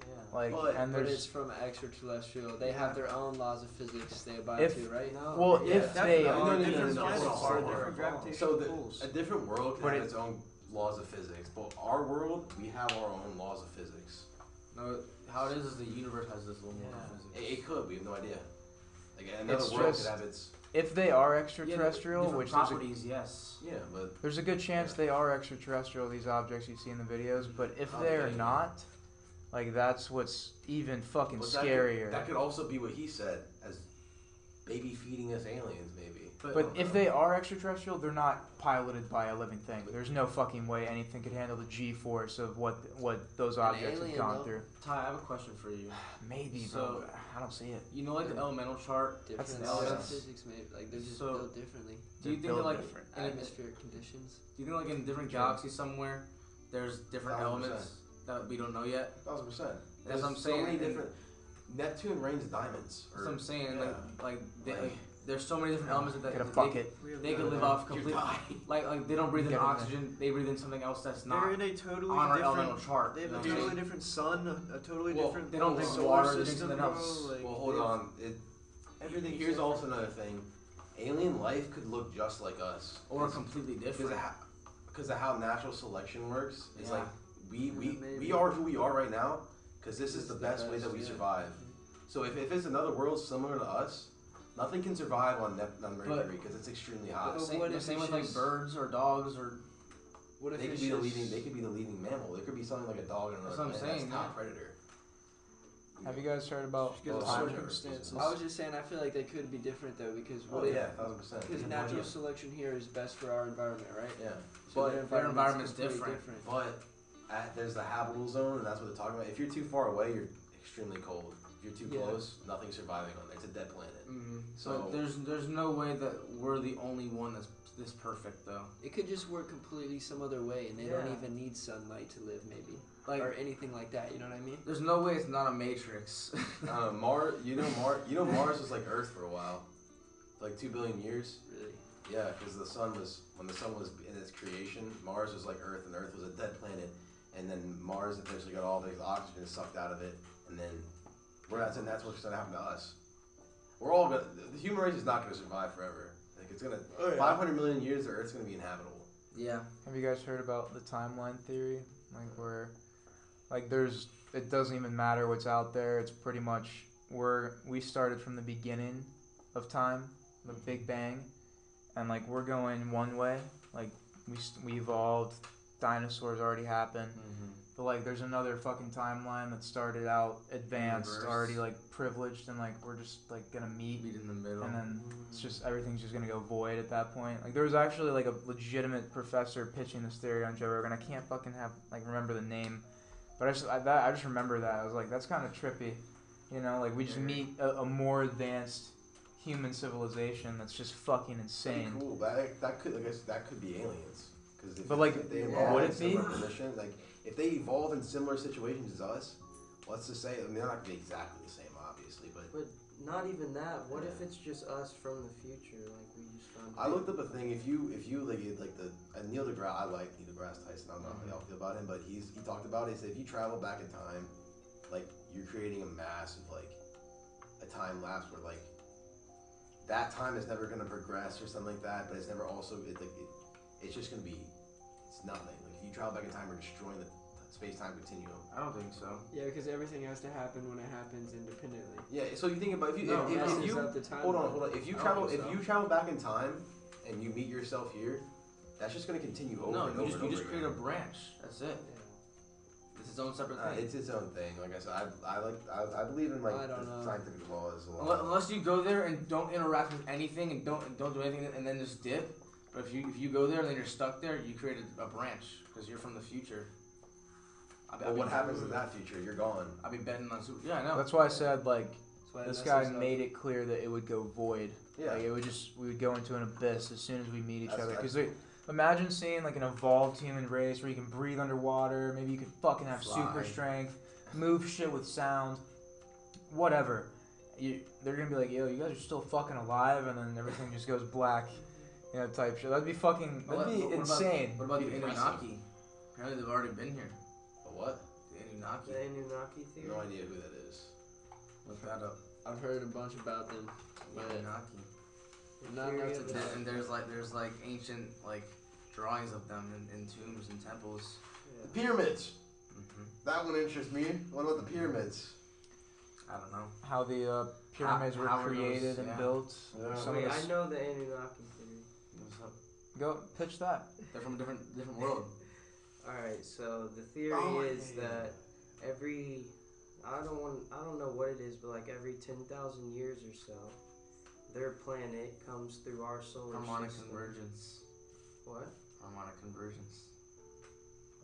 Speaker 3: Yeah.
Speaker 1: Like,
Speaker 5: But-
Speaker 1: and
Speaker 4: But it's
Speaker 1: there's
Speaker 4: from extraterrestrial. They have their own laws of physics they abide
Speaker 1: If-
Speaker 4: to, right?
Speaker 3: No.
Speaker 1: well,
Speaker 4: Yeah,
Speaker 1: if they
Speaker 5: No, no,
Speaker 1: are
Speaker 5: no,
Speaker 6: different
Speaker 5: different
Speaker 6: planets
Speaker 5: planets
Speaker 6: are
Speaker 5: are
Speaker 3: different
Speaker 5: different
Speaker 6: So
Speaker 5: gravitational
Speaker 6: the,
Speaker 5: pulls.
Speaker 6: a different world can
Speaker 1: But
Speaker 6: have
Speaker 1: it-
Speaker 6: its own laws of physics, but our world, we have our own laws of physics.
Speaker 2: No, how it is is the universe has this little more
Speaker 3: Yeah.
Speaker 6: It,
Speaker 2: physics.
Speaker 6: it could. We have no idea. Like another
Speaker 1: It's
Speaker 6: world
Speaker 1: just-
Speaker 6: could have its.
Speaker 1: if they are extraterrestrial,
Speaker 2: Different
Speaker 1: which there's a,
Speaker 2: properties, yes.
Speaker 6: Yeah, but
Speaker 1: there's a good chance they are extraterrestrial. These objects you see in the videos, but if they are
Speaker 6: Okay.
Speaker 1: not, like that's what's even fucking
Speaker 6: but that could-
Speaker 1: scarier.
Speaker 6: That could also be what he said as baby feeding us aliens, maybe.
Speaker 1: But if they are extraterrestrial, they're not piloted by a living thing. There's no fucking way anything could handle the G-force of what what those
Speaker 4: An
Speaker 1: objects have
Speaker 4: alien,
Speaker 1: gone
Speaker 4: though.
Speaker 1: through.
Speaker 2: Ty, I have a question for you.
Speaker 1: Maybe,
Speaker 2: So-
Speaker 1: but I don't see it.
Speaker 2: You know, like the elemental chart.
Speaker 4: Different
Speaker 1: That's-
Speaker 4: laws of
Speaker 2: that's-
Speaker 4: physics, maybe. Like, they're just
Speaker 2: So-
Speaker 4: built differently.
Speaker 2: Do you
Speaker 1: They're
Speaker 2: think that
Speaker 1: built
Speaker 2: like
Speaker 1: different.
Speaker 2: in a, do
Speaker 4: Atmospheric conditions.
Speaker 2: you think like in different
Speaker 1: Sure.
Speaker 2: galaxies somewhere, there's different
Speaker 6: Thousand
Speaker 2: elements that we don't know yet.
Speaker 6: thousand percent.
Speaker 2: That's what I'm
Speaker 6: There's
Speaker 2: saying,
Speaker 6: So many
Speaker 2: and-
Speaker 6: different. Neptune rains diamonds.
Speaker 2: That's what I'm saying. Like, like, they,
Speaker 6: Like-
Speaker 2: like there's so many different elements that,
Speaker 1: Get a
Speaker 2: that they,
Speaker 1: bucket.
Speaker 2: they could live off completely. Like, like they don't breathe in
Speaker 1: Get in there.
Speaker 2: oxygen. They breathe in something else that's not
Speaker 5: They're
Speaker 2: on
Speaker 5: in a totally
Speaker 2: our
Speaker 5: different.
Speaker 2: elemental chart.
Speaker 5: They
Speaker 2: you
Speaker 5: have
Speaker 2: know
Speaker 5: a
Speaker 2: what I'm saying?
Speaker 5: totally different sun, a, a totally
Speaker 6: Well,
Speaker 5: different.
Speaker 2: they don't drink
Speaker 5: solar
Speaker 2: water, they drink
Speaker 5: system,
Speaker 2: something
Speaker 5: bro,
Speaker 2: else.
Speaker 5: like,
Speaker 6: well, hold
Speaker 5: they have-
Speaker 6: on. It,
Speaker 5: Everything's
Speaker 6: Here's
Speaker 5: different.
Speaker 6: also another thing. Alien life could look just like us,
Speaker 2: or
Speaker 6: It's-
Speaker 2: completely
Speaker 6: because
Speaker 2: different.
Speaker 6: of, how, because of how natural selection works. It's
Speaker 2: Yeah.
Speaker 6: like we we,
Speaker 5: Maybe.
Speaker 6: we are who we are right now because this is the best Mm-hmm. way that we
Speaker 4: yeah.
Speaker 6: survive. So if, if it's another world similar to us, nothing can survive on, Nep- on Mercury because it's extremely hot.
Speaker 4: but
Speaker 2: same
Speaker 4: what
Speaker 2: the
Speaker 4: if
Speaker 2: same
Speaker 4: it's
Speaker 2: with like
Speaker 4: just-
Speaker 2: birds or dogs or
Speaker 4: What if
Speaker 6: They could
Speaker 4: it's
Speaker 6: be the
Speaker 4: just,
Speaker 6: leading. They could be the leading mammal. There could be something like a dog and another
Speaker 2: That's what I'm
Speaker 6: planet
Speaker 2: saying,
Speaker 6: that's top
Speaker 2: yeah.
Speaker 6: predator.
Speaker 1: Have you guys heard about
Speaker 5: Just 'cause of
Speaker 6: Well,
Speaker 1: time-
Speaker 6: I've never-
Speaker 5: circumstances.
Speaker 4: I was just saying, I feel like they could be different, though, because what
Speaker 6: Oh
Speaker 4: if.
Speaker 6: yeah, thousand percent.
Speaker 4: Because
Speaker 6: Yeah.
Speaker 4: natural selection here is best for our environment, right?
Speaker 6: Yeah,
Speaker 4: So
Speaker 6: But
Speaker 2: their environment's
Speaker 4: completely
Speaker 2: different.
Speaker 6: but at, there's the habitable zone, and that's what they're talking about. If you're too far away, you're extremely cold. If you're too
Speaker 4: Yeah.
Speaker 6: close, nothing's surviving on there. It's a dead planet.
Speaker 2: so
Speaker 6: So-
Speaker 2: Mm-hmm. there's there's no way that we're the only one that's this perfect though.
Speaker 4: It could just work completely some other way, and they don't
Speaker 2: Yeah.
Speaker 4: even need sunlight to live, maybe,
Speaker 2: Like
Speaker 4: or anything like that. You know what I mean?
Speaker 2: there's no way it's not a matrix.
Speaker 6: Uh, Mars, you know Mars, you know Mars was like Earth for a while, like two billion years.
Speaker 4: Really?
Speaker 6: Yeah, because the sun was when the sun was in its creation, Mars was like Earth, and Earth was a dead planet, and then Mars eventually got all the oxygen sucked out of it, and then we're not saying that's what's gonna happen to us. We're all gonna, the human race is not gonna survive forever. Like it's gonna
Speaker 5: Oh, yeah.
Speaker 6: 500 million years, the Earth's gonna be inhabitable.
Speaker 2: yeah.
Speaker 1: Have you guys heard about the timeline theory? Like where, like there's it doesn't even matter what's out there. It's pretty much we're we started from the beginning of time, the Big Bang, and like we're going one way. Like we st- we evolved, dinosaurs already happened.
Speaker 6: Mm-hmm.
Speaker 1: But like there's another fucking timeline that started out advanced,
Speaker 2: Universe.
Speaker 1: already like privileged, and like we're just like gonna meet
Speaker 2: Meet in the middle.
Speaker 1: and then it's just everything's just gonna go void at that point. Like there was actually like a legitimate professor pitching this theory on Joe Rogan. I can't fucking have like remember the name, but I just I, that, I just remember that I was like that's kind of trippy, you know? Like we just
Speaker 2: Yeah.
Speaker 1: meet a, a more advanced human civilization that's just fucking
Speaker 6: Pretty
Speaker 1: insane.
Speaker 6: cool. That that could like I said, that could be aliens. Cause if,
Speaker 1: But, like,
Speaker 6: if they
Speaker 1: yeah.
Speaker 6: evolved
Speaker 1: would
Speaker 6: in
Speaker 1: it
Speaker 6: similar
Speaker 1: be?
Speaker 6: conditions, like if they evolved in similar situations as us, let's just say I mean, they're not gonna be exactly the same, obviously. But
Speaker 3: But not even that. What if
Speaker 6: Yeah.
Speaker 3: it's just us from the future? Like we just found.
Speaker 6: I
Speaker 3: out?
Speaker 6: looked up a thing. If you if you like it- like the uh, Neil deGrasse, I like Neil deGrasse Tyson. I don't know
Speaker 2: Mm-hmm.
Speaker 6: how y'all feel about him, but he's he talked about it. He said if you travel back in time, like you're creating a mass of like a time lapse where like that time is never gonna progress or something like that, but it's never also it, like it, it's just gonna be it's nothing. Like if you travel back in time, we're destroying the space time continuum.
Speaker 2: I don't think so.
Speaker 4: Yeah, because everything has to happen when it happens independently.
Speaker 6: Yeah. So you think about if you
Speaker 2: No,
Speaker 6: if, if,
Speaker 4: messes
Speaker 6: if you
Speaker 4: up the time.
Speaker 6: Hold on, hold on. If you
Speaker 2: I don't
Speaker 6: travel,
Speaker 2: think
Speaker 6: if
Speaker 2: so.
Speaker 6: you travel back in time, and you meet yourself here, that's just gonna continue over
Speaker 2: no,
Speaker 6: and
Speaker 2: you
Speaker 6: over
Speaker 2: just
Speaker 6: and
Speaker 2: you
Speaker 6: over
Speaker 2: just
Speaker 6: again.
Speaker 2: create a branch. That's it.
Speaker 3: Yeah.
Speaker 2: It's It's its own separate
Speaker 6: Uh,
Speaker 2: thing.
Speaker 6: it's its own thing. Like I said, I, I like I, I believe in like
Speaker 4: I don't
Speaker 6: the
Speaker 4: know.
Speaker 6: scientific laws a lot.
Speaker 2: Unle- Unless you go there and don't interact with anything and don't and don't do anything and then just dip. But if you if you go there and then you're stuck there, you create a, a branch because you're from the future. I'll be,
Speaker 6: But what happens in that future? You're gone.
Speaker 2: I'll be betting on super. Yeah, I know.
Speaker 1: That's why I said like
Speaker 4: That's why I
Speaker 1: this
Speaker 4: messed
Speaker 1: guy
Speaker 4: up.
Speaker 1: made it clear that it would go void.
Speaker 6: Yeah.
Speaker 1: Like it would just we would go into an abyss as soon as we meet each
Speaker 6: That's
Speaker 1: other.
Speaker 6: right.
Speaker 1: Because imagine seeing like an evolved human race where you can breathe underwater, maybe you can fucking have super
Speaker 2: Fly.
Speaker 1: strength, move shit with sound, whatever. You, they're gonna be like, yo, you guys are still fucking alive, and then everything just goes black, you know, type shit. That'd be fucking,
Speaker 2: Well,
Speaker 1: that'd
Speaker 2: what-
Speaker 1: be
Speaker 2: what about-
Speaker 1: insane.
Speaker 2: What about the
Speaker 6: Impressive.
Speaker 2: Anunnaki? Apparently they've already been here.
Speaker 6: But what?
Speaker 2: The Anunnaki.
Speaker 3: The Anunnaki theory.
Speaker 6: No idea who that is.
Speaker 2: Look that up.
Speaker 4: I've heard a bunch about them.
Speaker 2: The
Speaker 4: But-
Speaker 2: Anunnaki.
Speaker 3: The
Speaker 4: Not
Speaker 3: theory
Speaker 4: enough
Speaker 3: of
Speaker 4: to
Speaker 3: the-
Speaker 4: tell.
Speaker 2: There- And there's like there's like ancient like drawings of them in, in tombs and temples.
Speaker 6: The
Speaker 3: yeah.
Speaker 6: pyramids.
Speaker 2: hmm
Speaker 6: That one interests me. What about the pyramids?
Speaker 2: I don't know.
Speaker 1: How the uh, pyramids were
Speaker 2: how were those-
Speaker 1: created and
Speaker 2: yeah.
Speaker 1: built.
Speaker 6: Yeah.
Speaker 1: Some
Speaker 3: Wait,
Speaker 1: of
Speaker 3: I
Speaker 1: this,
Speaker 3: know the Anunnaki theory.
Speaker 2: What's up?
Speaker 1: go pitch that.
Speaker 2: They're from a different different world.
Speaker 3: Alright, so the theory
Speaker 6: Oh,
Speaker 3: is
Speaker 6: yeah.
Speaker 3: that every I don't want I don't know what it is, but like every ten thousand years or so, their planet comes through our solar
Speaker 2: Harmonic
Speaker 3: system.
Speaker 2: convergence.
Speaker 3: What?
Speaker 2: Harmonic convergence.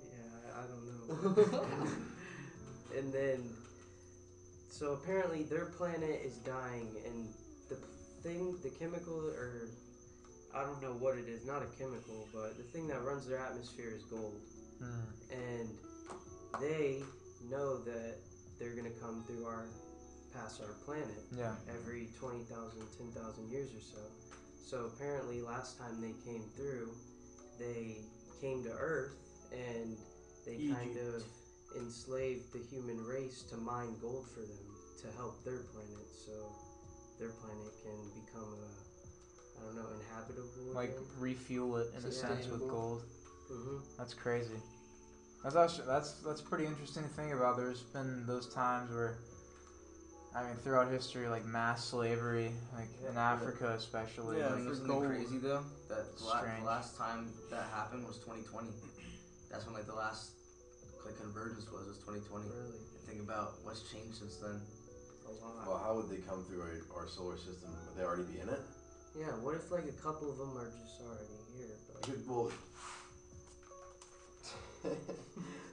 Speaker 3: Yeah, I, I don't know. and then, so apparently their planet is dying, and the p- thing, the chemical, or I don't know what it is, not a chemical, but the thing that runs their atmosphere is gold.
Speaker 2: Hmm.
Speaker 3: And they know that they're going to come through our, past our planet
Speaker 1: Yeah.
Speaker 3: every 20,000, 10,000 years or so. So apparently, last time they came through, they came to Earth and they kind of enslaved the human race to mine gold for them to help their planet so their planet can become a, I don't know, inhabitable.
Speaker 1: Like refuel it in a sense with
Speaker 4: Sustainable.
Speaker 1: gold.
Speaker 3: hmm
Speaker 1: That's crazy. That's actually, that's that's pretty interesting to think about. There's been those times where, I mean, throughout history, like mass slavery, like in
Speaker 3: Yeah.
Speaker 1: Africa especially.
Speaker 5: Yeah,
Speaker 1: like,
Speaker 2: You know
Speaker 5: for
Speaker 2: something
Speaker 5: gold.
Speaker 2: crazy though? That the la- the
Speaker 1: Strange.
Speaker 2: last time that happened was 2020. That's when like the last like convergence was was 2020.
Speaker 3: Really,
Speaker 2: Think about what's changed since then.
Speaker 3: a lot.
Speaker 6: Well, how would they come through our, our solar system? Would they already be in it?
Speaker 3: yeah, what if like a couple of them are just already here? But
Speaker 6: Good- Well,
Speaker 1: there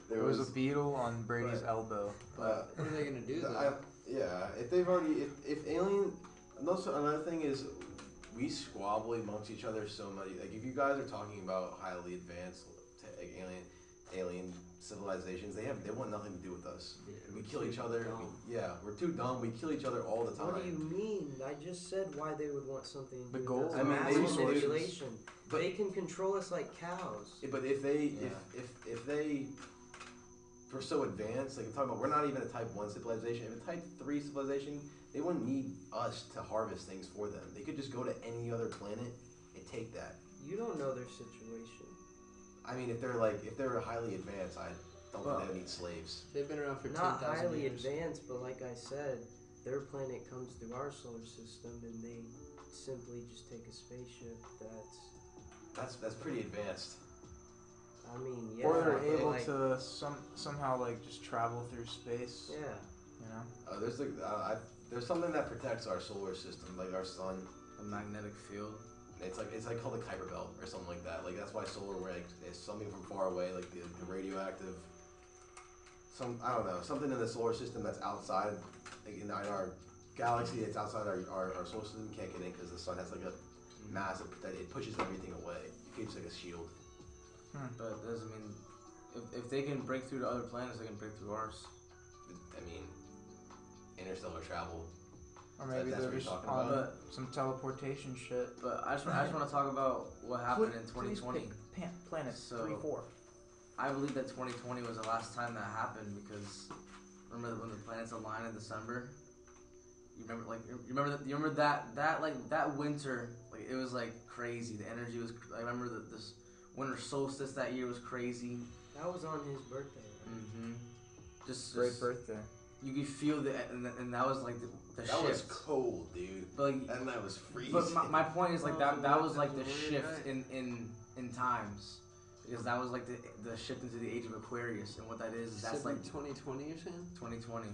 Speaker 6: there
Speaker 1: was,
Speaker 6: was.
Speaker 1: a beetle on Brady's
Speaker 6: But-
Speaker 1: elbow.
Speaker 6: uh,
Speaker 4: What are they gonna do though?
Speaker 6: I, yeah, if they've already, if, if alien, and also another thing is, we squabble amongst each other so much. Like, if you guys are talking about highly advanced te- like, alien, alien civilizations, they have they want nothing to do with us. We kill each other. We, yeah, we're too dumb. We kill each other all the time.
Speaker 3: What do you mean? I just said why they would want something. to
Speaker 1: The
Speaker 3: do
Speaker 1: goal-
Speaker 3: with us.
Speaker 6: I mean,
Speaker 3: Mass
Speaker 6: they just-
Speaker 3: manipulation.
Speaker 6: but-
Speaker 3: they can control us like cows.
Speaker 6: Yeah, But if they
Speaker 2: Yeah.
Speaker 6: if, if if they were so advanced, like I'm talking about, we're not even a Type One civilization. If a Type Three civilization, they wouldn't need us to harvest things for them. They could just go to any other planet and take that.
Speaker 3: You don't know their situation.
Speaker 6: I mean, if they're like if they're highly advanced, I don't
Speaker 2: Well-
Speaker 6: think they would need slaves.
Speaker 4: They've been around for ten
Speaker 3: Not
Speaker 4: thousand
Speaker 3: highly
Speaker 4: years.
Speaker 3: advanced, but like I said, their planet comes through our solar system, and they simply just take a spaceship. That's,
Speaker 6: That's that's pretty advanced.
Speaker 3: I mean, yeah.
Speaker 1: or they're
Speaker 3: but
Speaker 1: able
Speaker 3: like,
Speaker 1: to some somehow like just travel through space.
Speaker 3: Yeah.
Speaker 1: You know.
Speaker 6: Uh, there's like uh, I, there's something that protects our solar system, like our sun.
Speaker 2: The magnetic field.
Speaker 6: It's like it's like called the Kuiper Belt or something like that. Like that's why solar like is something from far away, like the, the radioactive. Some I don't know something in the solar system that's outside, like in, in our galaxy, it's outside our, our, our solar system can't get in because the sun has like a
Speaker 2: Mm-hmm.
Speaker 6: massive that it pushes everything away. It keeps like a shield.
Speaker 2: But it doesn't mean if, if they can break through to other planets, they can break through ours.
Speaker 6: I mean, interstellar travel.
Speaker 1: Or
Speaker 6: That-
Speaker 1: maybe
Speaker 6: that's
Speaker 1: they're
Speaker 6: what you're
Speaker 1: just
Speaker 6: talking
Speaker 1: on
Speaker 6: about.
Speaker 1: some teleportation shit.
Speaker 2: But I just I just want to talk about what happened in
Speaker 1: Please
Speaker 2: 2020.
Speaker 1: pick pan- planets
Speaker 2: So-
Speaker 1: three four.
Speaker 2: I believe that 2020 was the last time that happened because remember when the planets aligned in December. You remember like you remember that you remember that that like that winter like it was like crazy. The energy was I remember that this winter solstice that year was crazy.
Speaker 3: That was on his birthday. Right?
Speaker 2: Mm-hmm. Just,
Speaker 1: Great
Speaker 2: just-
Speaker 1: birthday.
Speaker 2: you could feel the and, that- and that was like the, the
Speaker 6: That
Speaker 2: shift.
Speaker 6: was cold, dude.
Speaker 2: but like,
Speaker 6: And that was freezing.
Speaker 2: but my, my point is like that that was like the
Speaker 5: Weird,
Speaker 2: shift
Speaker 5: right?
Speaker 2: in in in times. because that was like the, the shift into the age of Aquarius, and what that is is that's
Speaker 4: Said,
Speaker 2: like
Speaker 4: like 2020 you're saying?
Speaker 2: 2020,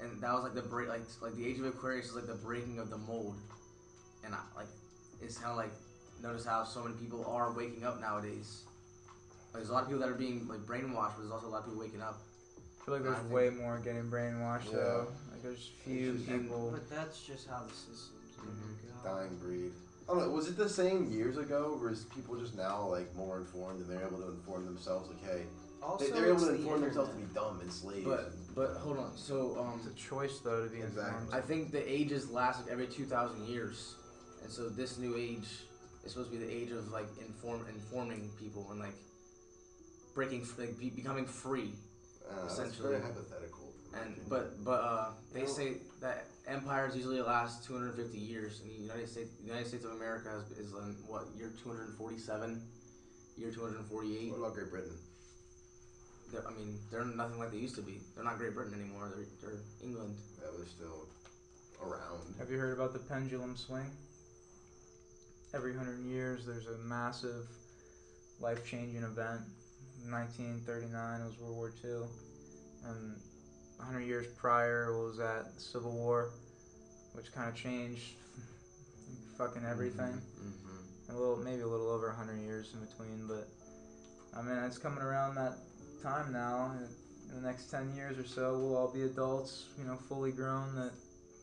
Speaker 2: and that was like the break, like like the age of Aquarius is like the breaking of the mold, and I, like it's kind of like notice how so many people are waking up nowadays. Like, there's a lot of people that are being like brainwashed, but there's also a lot of people waking up.
Speaker 1: I feel like
Speaker 2: I
Speaker 1: there's
Speaker 2: think-
Speaker 1: way more getting brainwashed
Speaker 6: Yeah.
Speaker 1: though. Like there's few
Speaker 6: just-
Speaker 1: people.
Speaker 3: But that's just how the system's gonna
Speaker 2: Mhm.
Speaker 1: Mm-hmm.
Speaker 3: go.
Speaker 6: Dying breed. I don't know, was it the same years ago, or is people just now like more informed and they're able to inform themselves? Like, hey,
Speaker 3: Also,
Speaker 6: they, they're able
Speaker 3: it's
Speaker 6: to
Speaker 3: the
Speaker 6: inform themselves to
Speaker 3: internet.
Speaker 6: be dumb and uh, slaves.
Speaker 2: But but hold on, so um,
Speaker 1: It's a choice though to be
Speaker 6: Exactly.
Speaker 1: informed.
Speaker 2: I think the ages last like every 2,000 years, and so this new age is supposed to be the age of like inform informing people and like breaking like be, becoming free.
Speaker 6: I don't know, it's
Speaker 2: essentially.
Speaker 6: very hypothetical. in my
Speaker 2: And
Speaker 6: opinion.
Speaker 2: but but uh, they
Speaker 4: You know-
Speaker 2: say that empires usually last 250 years, and the United States United States of America is, is in what year 247, year 248.
Speaker 6: what about Great Britain?
Speaker 2: They're- I mean, they're nothing like they used to be. They're not Great Britain anymore. They're, they're England.
Speaker 6: That was still around.
Speaker 1: Have you heard about the pendulum swing? Every hundred years, there's a massive life-changing event. 1939 was World War II, and 100 years prior was that Civil War, which kind of changed fucking everything.
Speaker 2: Mm-hmm.
Speaker 1: a little maybe a little over 100 years in between but i mean it's coming around that time now and in the next 10 years or so we'll all be adults you know fully grown that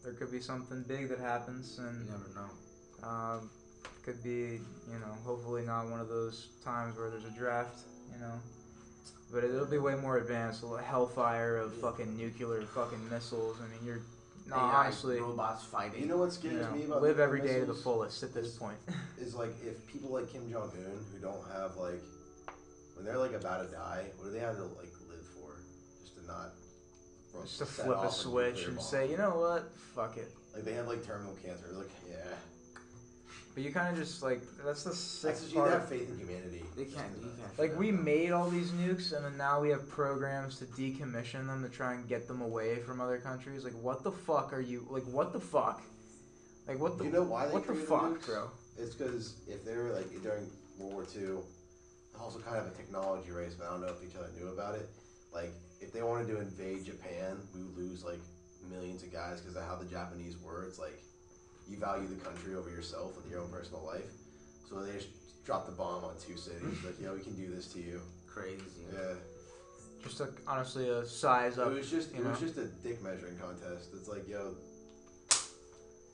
Speaker 1: there could be something big that happens
Speaker 2: You
Speaker 1: and
Speaker 2: never know.
Speaker 1: um, could be you know hopefully not one of those times where there's a draft you know but it'll be way more advanced a little hellfire of fucking nuclar fucking missiles i mean you're no,
Speaker 2: AI,
Speaker 1: honestly you
Speaker 2: robots fighting.
Speaker 6: You know what scares
Speaker 1: know,
Speaker 6: me about
Speaker 1: live
Speaker 6: nuclear
Speaker 1: every day to the
Speaker 6: missiles?
Speaker 1: fullest at this
Speaker 6: is-
Speaker 1: point
Speaker 6: is like if people like Kim Jong Un who don't have like when they're like about to die, what do they have to like live for? Just to not
Speaker 1: Just to
Speaker 6: set
Speaker 1: flip a
Speaker 6: off
Speaker 1: switch
Speaker 6: nuclear
Speaker 1: and
Speaker 6: bomb.
Speaker 1: say, you know what, fuck it.
Speaker 6: like they have like terminal cancer. It's like yeah,
Speaker 1: But you kind of just like that's the sick
Speaker 6: That's- you
Speaker 1: part.
Speaker 6: have faith in humanity.
Speaker 2: They can't. You can't.
Speaker 1: like we made all these nukes, and then now we have programs to decommission them to try and get them away from other countries. Like what the fuck are you? Like what the fuck? Like what the
Speaker 6: You know why they
Speaker 1: what the
Speaker 6: created
Speaker 1: fuck,
Speaker 6: nukes?
Speaker 1: bro?
Speaker 6: It's because if they were like during World War II, also kind of a technology race, but I don't know if each other knew about it. Like if they wanted to invade Japan, we would lose like millions of guys because of how the Japanese were. It's like you value the country over yourself and your own personal life. So they just dropped the bomb on two cities. like yo, we can do this to you.
Speaker 2: crazy.
Speaker 6: Yeah.
Speaker 1: Just a, honestly a size up.
Speaker 6: It was just
Speaker 1: you
Speaker 6: it was
Speaker 1: know?
Speaker 6: just a dick measuring contest. It's like yo,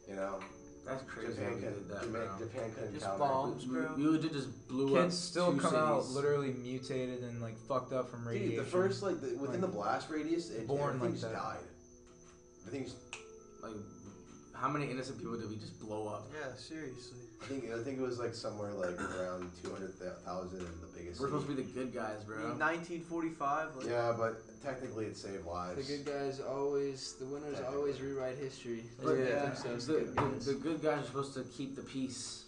Speaker 6: you know,
Speaker 2: That's crazy.
Speaker 6: Japan
Speaker 2: we
Speaker 6: couldn't
Speaker 2: did that,
Speaker 6: Japan,
Speaker 2: bro.
Speaker 6: Japan couldn't
Speaker 3: Just
Speaker 6: counter.
Speaker 3: bombs, bro.
Speaker 2: We, we legit just blew
Speaker 6: uh,
Speaker 2: up.
Speaker 1: Kids still
Speaker 2: two
Speaker 1: come out
Speaker 2: cities.
Speaker 1: literally mutated and like fucked up from radiation.
Speaker 6: Dude, the first like the, within
Speaker 1: Like,
Speaker 6: the blast radius, it,
Speaker 1: born
Speaker 6: everything
Speaker 1: like
Speaker 6: just
Speaker 1: that.
Speaker 6: died. Everything just,
Speaker 2: Like, how many innocent people did we just blow up?
Speaker 5: Yeah, seriously.
Speaker 6: I think I think it was like somewhere like around two hundred thousand in the biggest.
Speaker 2: We're supposed to
Speaker 6: city.
Speaker 2: be the good guys,
Speaker 5: I mean,
Speaker 2: bro.
Speaker 5: 1945. Like,
Speaker 6: Yeah, but technically it saved
Speaker 4: The
Speaker 6: lives.
Speaker 4: good guys always, the winners
Speaker 6: Technically.
Speaker 4: always rewrite history. They
Speaker 2: But
Speaker 4: make
Speaker 1: yeah,
Speaker 4: themselves
Speaker 2: the,
Speaker 4: good
Speaker 2: the,
Speaker 4: guys.
Speaker 2: the good guys are supposed to keep the peace,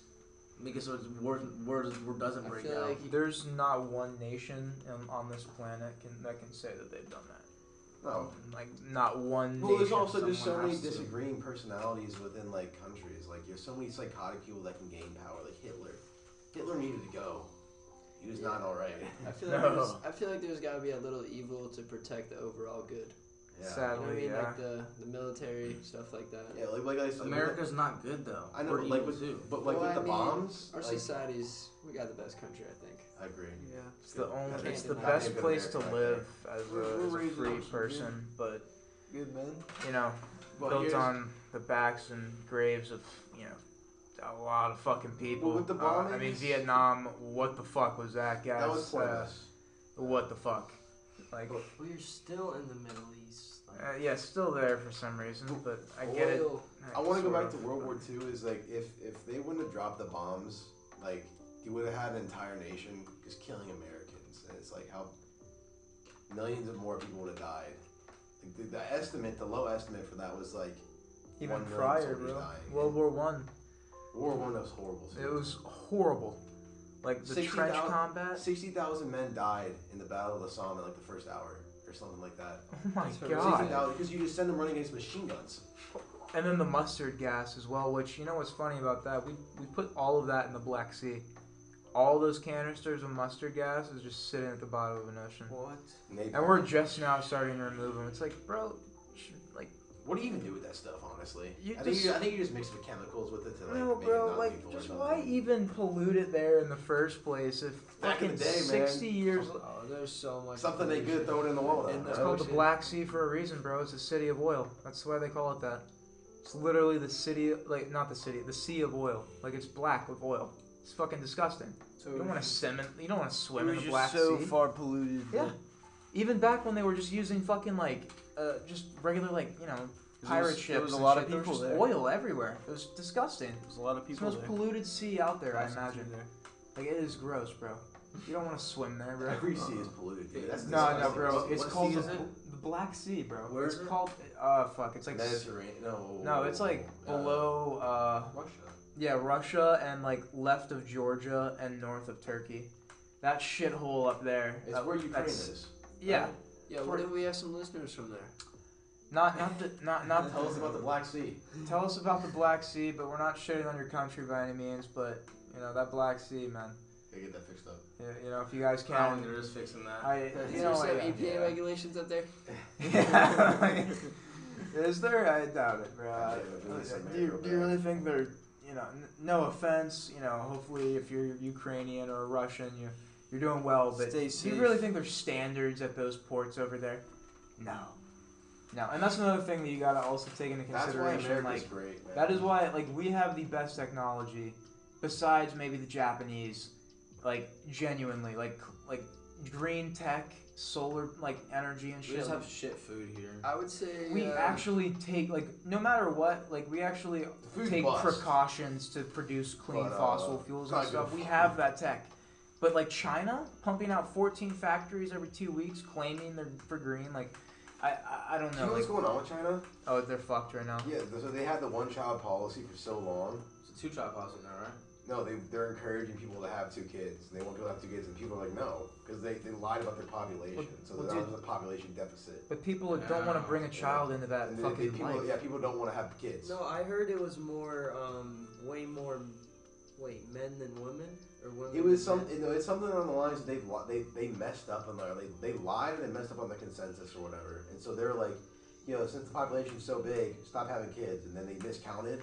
Speaker 2: make it so it's war, war, war doesn't
Speaker 4: I
Speaker 2: break
Speaker 4: feel
Speaker 2: out.
Speaker 4: like you,
Speaker 1: There's not one nation um, on this planet can that can say that they've done that.
Speaker 6: No.
Speaker 1: like not one.
Speaker 6: Oh. Well, there's
Speaker 1: nation,
Speaker 6: also just so
Speaker 1: someone
Speaker 6: many
Speaker 1: has to.
Speaker 6: disagreeing personalities within like countries. Like there's so many psychotic people that can gain power. Like Hitler, Hitler needed to go. He was not all right.
Speaker 4: I feel like there's, I feel like there's got to be a little evil to protect the overall good. You know what I
Speaker 1: Sadly,
Speaker 4: mean?
Speaker 1: yeah.
Speaker 4: Like the, the military stuff like that.
Speaker 6: Yeah, like, like I said,
Speaker 2: America's not good though.
Speaker 6: I know,
Speaker 2: We're
Speaker 6: like
Speaker 2: evil,
Speaker 6: with-
Speaker 2: too.
Speaker 6: but like
Speaker 4: Well,
Speaker 6: with
Speaker 4: I
Speaker 6: the
Speaker 4: mean,
Speaker 6: bombs,
Speaker 4: Our
Speaker 6: like,
Speaker 4: societies, we got the best country, I think.
Speaker 6: I agree.
Speaker 5: yeah.
Speaker 1: it's the only.
Speaker 4: Can't
Speaker 1: It's the
Speaker 4: deny
Speaker 1: best
Speaker 6: it.
Speaker 1: place to
Speaker 6: Right
Speaker 1: live as
Speaker 5: We're-
Speaker 1: a,
Speaker 5: we're
Speaker 1: as a
Speaker 5: raising up
Speaker 1: free
Speaker 5: some
Speaker 1: person, but
Speaker 5: Good men.
Speaker 1: you know,
Speaker 6: Well,
Speaker 1: built
Speaker 6: here's-
Speaker 1: on the backs and graves of you know a lot of fucking people.
Speaker 6: Well, with the
Speaker 1: Uh, I mean,
Speaker 6: bombings-
Speaker 1: Vietnam. What the fuck was that, guys?
Speaker 6: That was
Speaker 1: Uh,
Speaker 6: pointless.
Speaker 1: what the fuck? Like,
Speaker 6: Well,
Speaker 3: We're still in the Middle East. Like,
Speaker 1: uh, yeah, still there for some reason, but I get it.
Speaker 4: Oil,
Speaker 6: I want to go
Speaker 1: sort
Speaker 6: back
Speaker 1: of,
Speaker 6: to World
Speaker 1: but-
Speaker 6: War II. Is like if if they wouldn't have dropped the bombs, like you would have had an entire nation just killing Americans, and it's like how millions of more people would have died. Like the, the estimate, the low estimate for that was like
Speaker 1: Even
Speaker 6: 1 million
Speaker 1: prior,
Speaker 6: soldiers
Speaker 1: bro.
Speaker 6: dying.
Speaker 1: World War One.
Speaker 6: World War One was horrible. too.
Speaker 1: It was horrible. Like the
Speaker 6: 60,000
Speaker 1: trench combat.
Speaker 6: sixty thousand men died in the Battle of the Somme in like the first hour or something like that.
Speaker 1: Oh my
Speaker 4: That's
Speaker 1: god.
Speaker 4: horrific.
Speaker 6: because you just send them running against machine guns.
Speaker 1: And then the mustard gas as well, which you know what's funny about that? We we put all of that in the Black Sea. all those canisters of mustard gas is just sitting at the bottom of an ocean.
Speaker 2: What?
Speaker 1: And we're just now starting to remove them. It's like, bro, sh- like,
Speaker 6: What do you even do with that stuff, honestly?
Speaker 1: You
Speaker 6: I,
Speaker 1: just-
Speaker 6: think you, I think you just mix it with chemicals with it to like
Speaker 1: no,
Speaker 6: make it
Speaker 1: bro,
Speaker 6: not
Speaker 1: like,
Speaker 6: lethal or
Speaker 1: just
Speaker 6: something.
Speaker 1: why even pollute it there in the first place if
Speaker 6: Back
Speaker 1: fucking
Speaker 6: in the day, man.
Speaker 1: 60 years.
Speaker 4: Oh, there's so much.
Speaker 6: Something they could throw it in the wall.
Speaker 4: And
Speaker 6: though,
Speaker 4: that's
Speaker 1: It's
Speaker 6: right?
Speaker 1: called the
Speaker 4: shit.
Speaker 1: Black Sea for a reason, bro. It's the city of oil. That's why they call it that. It's literally the city, like, not the city, the sea of oil. Like, it's black with oil. It's fucking disgusting.
Speaker 5: So
Speaker 1: You don't want to swim in, you don't want to
Speaker 5: it
Speaker 1: swim
Speaker 5: was
Speaker 1: in the
Speaker 5: just
Speaker 1: Black
Speaker 5: so
Speaker 1: Sea.
Speaker 5: far polluted.
Speaker 1: Yeah.
Speaker 5: that-
Speaker 1: Even back when they were just using fucking like uh, just regular like you know pirate
Speaker 5: there was-
Speaker 1: ships.
Speaker 5: there was a
Speaker 1: and
Speaker 5: lot
Speaker 1: shit.
Speaker 5: of
Speaker 1: There was
Speaker 5: people
Speaker 1: just
Speaker 5: there.
Speaker 1: Oil everywhere. It was disgusting.
Speaker 5: There's a lot of
Speaker 1: It's
Speaker 5: people
Speaker 1: the most
Speaker 5: there.
Speaker 1: polluted sea out there, I
Speaker 5: Passing
Speaker 1: imagine.
Speaker 5: through there.
Speaker 1: Like it is gross, bro. You don't want to swim there, bro.
Speaker 6: Every sea is polluted, dude. That's
Speaker 1: no, no,
Speaker 6: disgusting.
Speaker 1: bro.
Speaker 6: What
Speaker 1: It's
Speaker 6: sea
Speaker 1: called the,
Speaker 6: is it?
Speaker 1: the Black Sea, bro.
Speaker 6: Where
Speaker 1: it's
Speaker 6: is it?
Speaker 1: called uh fuck. It's like s-
Speaker 6: Mediterranean. No,
Speaker 1: no, it's like
Speaker 6: uh,
Speaker 1: below uh
Speaker 6: Russia.
Speaker 1: yeah Russia and like left of Georgia and north of Turkey. That shithole up there.
Speaker 6: It's
Speaker 1: uh,
Speaker 6: where Ukraine
Speaker 1: that's-
Speaker 6: is.
Speaker 1: Yeah,
Speaker 4: Yeah, what if we have some listeners from there?
Speaker 1: not not the not not the
Speaker 6: Tell us about the Black Sea.
Speaker 1: Tell us about the Black Sea, but we're not shitting on your country by any means. But you know that Black Sea, man.
Speaker 6: They get that fixed up.
Speaker 1: You, you know if you guys
Speaker 2: I don't think
Speaker 1: can,
Speaker 2: there is fixing that.
Speaker 1: I you
Speaker 4: Is there
Speaker 1: know
Speaker 4: some
Speaker 1: yeah.
Speaker 4: EPA
Speaker 6: Yeah.
Speaker 4: regulations up there?
Speaker 1: yeah like, is there? I doubt it, bro.
Speaker 6: Yeah,
Speaker 1: I-
Speaker 6: but it's
Speaker 1: listen,
Speaker 6: America,
Speaker 1: do you do you
Speaker 6: bro.
Speaker 1: really think they're you know n- no offense you know hopefully if you're Ukrainian or Russian you you're doing well, but
Speaker 5: Stay
Speaker 1: do
Speaker 5: safe.
Speaker 1: you really think there's standards at those ports over there? No, no, and that's another thing that you gotta also take into
Speaker 6: That's why
Speaker 1: consideration.
Speaker 6: America's
Speaker 1: like
Speaker 6: great, man.
Speaker 1: That is why, like, we have the best technology, besides maybe the Japanese. Like, genuinely, like, like green tech, solar, like energy and
Speaker 2: we
Speaker 1: shit.
Speaker 2: just
Speaker 1: like,
Speaker 2: have shit food here.
Speaker 4: I would say
Speaker 1: we
Speaker 4: uh,
Speaker 1: actually take like no matter what, like we actually
Speaker 6: The food
Speaker 1: take
Speaker 6: bust.
Speaker 1: precautions to produce clean
Speaker 6: But, uh,
Speaker 1: fossil fuels
Speaker 6: it's
Speaker 1: and
Speaker 6: not
Speaker 1: stuff.
Speaker 6: good.
Speaker 1: We have that tech. But like China pumping out 14 factories every two weeks, claiming they're for green. Like, I I, I don't
Speaker 6: Do you
Speaker 1: know.
Speaker 6: know what's
Speaker 1: Like,
Speaker 6: going on with China?
Speaker 1: oh, they're fucked right now.
Speaker 6: Yeah, th- so they had the one child policy for so long.
Speaker 2: It's a two chop house in there, right?
Speaker 6: No, they, they're encouraging people to have two kids. They want people to have two kids, and people are like, no, because they, they lied about their population.
Speaker 1: Well-
Speaker 6: so
Speaker 1: well,
Speaker 6: there's
Speaker 1: dude-
Speaker 6: a population deficit.
Speaker 1: But people don't want to bring a child into that
Speaker 6: And they- they-
Speaker 1: fucking
Speaker 6: people,
Speaker 1: life.
Speaker 6: yeah, people don't want to have kids.
Speaker 3: No, I heard it was more, um, way more, wait, men than women or women.
Speaker 6: It was
Speaker 3: than
Speaker 6: some.
Speaker 3: men?
Speaker 6: It, it's something on the lines that they li- they they messed up on their they they lied and they messed up on the consensus or whatever, and so they're like, you know, since the population's so big, stop having kids, and then they miscounted,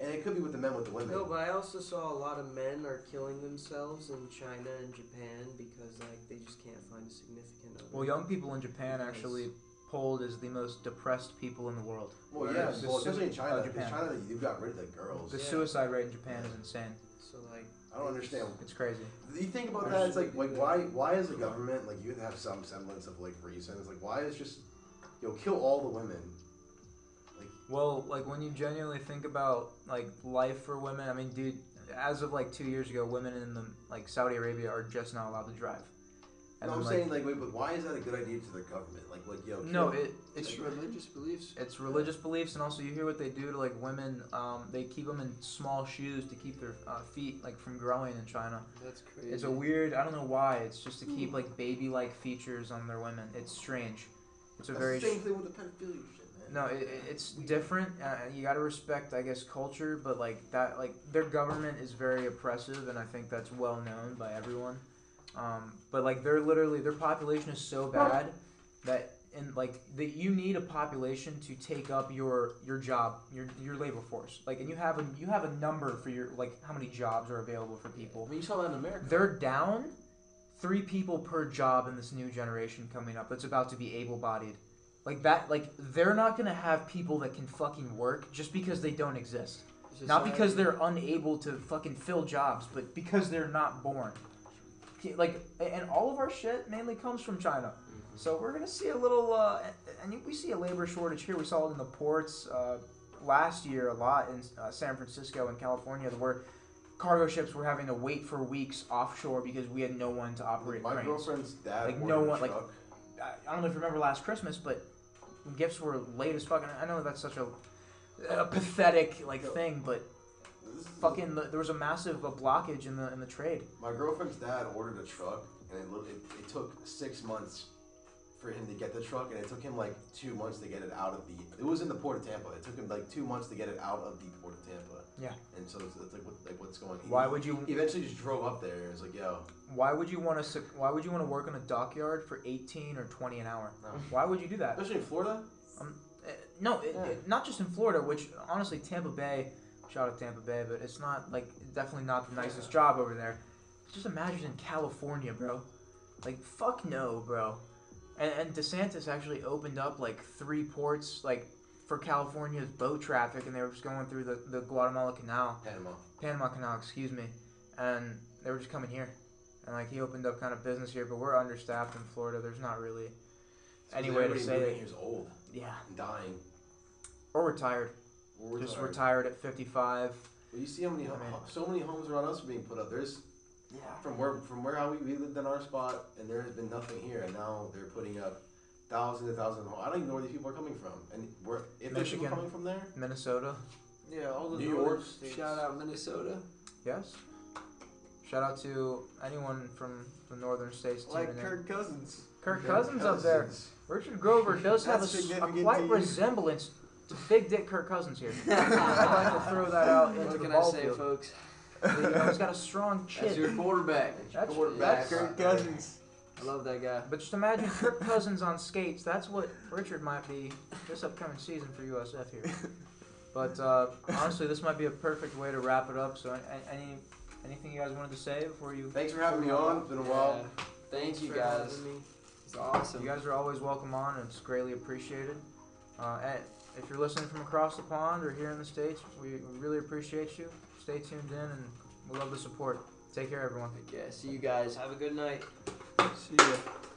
Speaker 6: and it could be with the men with the women.
Speaker 3: No, but I also saw a lot of men are killing themselves in China and Japan because like they just can't find a significant other.
Speaker 1: Well, young people in Japan actually polled as the most depressed people in the world.
Speaker 6: well, yeah,
Speaker 1: It's
Speaker 6: well,
Speaker 1: just-
Speaker 6: especially in China,
Speaker 1: uh,
Speaker 6: in
Speaker 1: Japan.
Speaker 6: China you got rid of the girls.
Speaker 1: The
Speaker 3: Yeah.
Speaker 1: suicide rate in Japan is insane.
Speaker 3: so like
Speaker 6: I don't understand.
Speaker 1: It's crazy.
Speaker 6: You think about
Speaker 3: Or
Speaker 6: that,
Speaker 3: just
Speaker 6: it's like
Speaker 3: leave
Speaker 6: like
Speaker 3: it.
Speaker 6: why why is the government like you have some semblance of like reason? It's like why is just you know kill all the women?
Speaker 1: Well, like when you genuinely think about like life for women, I mean, dude, as of like two years ago, women in the like Saudi Arabia are just not allowed to drive.
Speaker 6: No,
Speaker 1: then,
Speaker 6: I'm
Speaker 1: like,
Speaker 6: saying like wait, but why is that a good idea to the government? Like like yo,
Speaker 1: no,
Speaker 6: kill-
Speaker 1: it it's
Speaker 4: it's religious beliefs.
Speaker 1: it's religious beliefs, and also you hear what they do to like women. Um, they keep them in small shoes to keep their uh, feet like from growing in China.
Speaker 4: That's crazy.
Speaker 1: It's a weird. I don't know why. It's just to
Speaker 6: Hmm.
Speaker 1: keep like baby-like features on their women. It's strange. It's a
Speaker 6: that's
Speaker 1: very
Speaker 6: the same thing with the pedophilia shit, man.
Speaker 1: no. It, it- it's different. Uh, you got to respect, I guess, culture, but like that, like their government is very oppressive, and I think that's well known by everyone. Um, but like they're literally their population is so bad that and like that you need a population to take up your your job your your labor force like and you have a you have a number for your like how many jobs are available for people
Speaker 2: I mean, you saw that in America.
Speaker 1: they're down three people per job in this new generation coming up that's about to be able-bodied like that like they're not gonna have people that can fucking work just because they don't exist not because they're unable to fucking fill jobs but because they're not born K- like a- and all of our shit mainly comes from china so we're gonna see a little uh a- and we see a labor shortage here we saw it in the ports uh last year a lot in uh, san francisco and california where cargo ships were having to wait for weeks offshore because we had no one to operate
Speaker 6: My
Speaker 1: cranes
Speaker 6: girlfriend's dad
Speaker 1: Like,
Speaker 6: ordered
Speaker 1: no
Speaker 6: a
Speaker 1: one- like-
Speaker 6: truck.
Speaker 1: I, I don't know if you remember last Christmas, but gifts were late as fuck. And I know that's such a, a pathetic like
Speaker 6: No.
Speaker 1: thing, but
Speaker 6: This is-
Speaker 1: fucking there was a massive uh, blockage in the in the trade.
Speaker 6: My girlfriend's dad ordered a truck, and it, lit- it, it took six months for him to get the truck, and it took him like two months to get it out of the. It was in the port of Tampa. It took him like two months to get it out of the port of Tampa.
Speaker 1: Yeah.
Speaker 6: And so it's, it's like, what, like what's going?
Speaker 1: Why would you?
Speaker 6: He eventually just drove up there. and was like, yo,
Speaker 1: Why would you want to? Why would you want to work on a dockyard for eighteen or twenty an hour?
Speaker 6: No.
Speaker 1: Why would you do that?
Speaker 7: Especially in Florida.
Speaker 1: Uh, no, it,
Speaker 7: Yeah.
Speaker 1: it- not just in Florida, which honestly, Tampa Bay, shout out Tampa Bay, but it's not like definitely not the nicest job over there. Just imagine in California, bro. Like fuck no, bro. And, and DeSantis actually opened up like three ports, like for California's boat traffic, and they were just going through the, the Guatemala Canal.
Speaker 6: Panama.
Speaker 1: Panama Canal, excuse me, and they were just coming here, and like he opened up kind of business here, but we're understaffed in Florida. There's not really,
Speaker 6: It's 'cause
Speaker 1: Any way to
Speaker 6: everybody
Speaker 1: say
Speaker 6: moving
Speaker 1: it.
Speaker 6: here is old
Speaker 1: yeah,
Speaker 6: and dying.
Speaker 1: or we're tired.
Speaker 6: We're
Speaker 1: Just
Speaker 6: retired.
Speaker 1: retired at 55.
Speaker 6: Well, you see how many ho-
Speaker 1: Man.
Speaker 6: so many homes around us are being put up. There's from where from where how we, we lived in our spot, and there has been nothing here, and now they're putting up thousands and thousands of homes. I don't even know where these people are coming from, and where if there's people
Speaker 1: Michigan.
Speaker 6: coming from there.
Speaker 1: Minnesota,
Speaker 5: Yeah, all
Speaker 6: the New northern York.
Speaker 5: states.
Speaker 4: Shout out Minnesota.
Speaker 1: yes. Shout out to anyone from the northern states tuning
Speaker 5: Like
Speaker 1: in.
Speaker 5: Kirk Cousins.
Speaker 1: Kirk Cousins up there. Richard Grover does have a,
Speaker 5: That's
Speaker 1: s- a
Speaker 5: significant to
Speaker 1: quite
Speaker 5: you.
Speaker 1: resemblance to Big Dick Kirk Cousins here. I'd like to throw that out into
Speaker 4: What
Speaker 1: the
Speaker 4: can I
Speaker 1: ball
Speaker 4: say,
Speaker 1: field.
Speaker 4: folks?
Speaker 1: You know, he's got a strong
Speaker 2: That's
Speaker 1: chin.
Speaker 2: your quarterback.
Speaker 1: That's-
Speaker 4: That's-
Speaker 5: Kirk Cousins.
Speaker 4: I love that guy.
Speaker 1: But just imagine Kirk Cousins on skates. That's what Richard might be this upcoming season for USF here. But uh, honestly, this might be a perfect way to wrap it up. So, a- any anything you guys wanted to say before you?
Speaker 6: Thanks for having me on. It's been a while.
Speaker 4: Yeah. Thank you
Speaker 3: for
Speaker 4: guys.
Speaker 3: having me.
Speaker 4: It's awesome.
Speaker 1: You guys are always welcome on, and it's greatly appreciated. Uh, and if you're listening from across the pond or here in the states, we we really appreciate you. Stay tuned in, and we love the support. Take care, everyone.
Speaker 4: yeah. See you guys.
Speaker 3: Have a good night.
Speaker 5: See ya.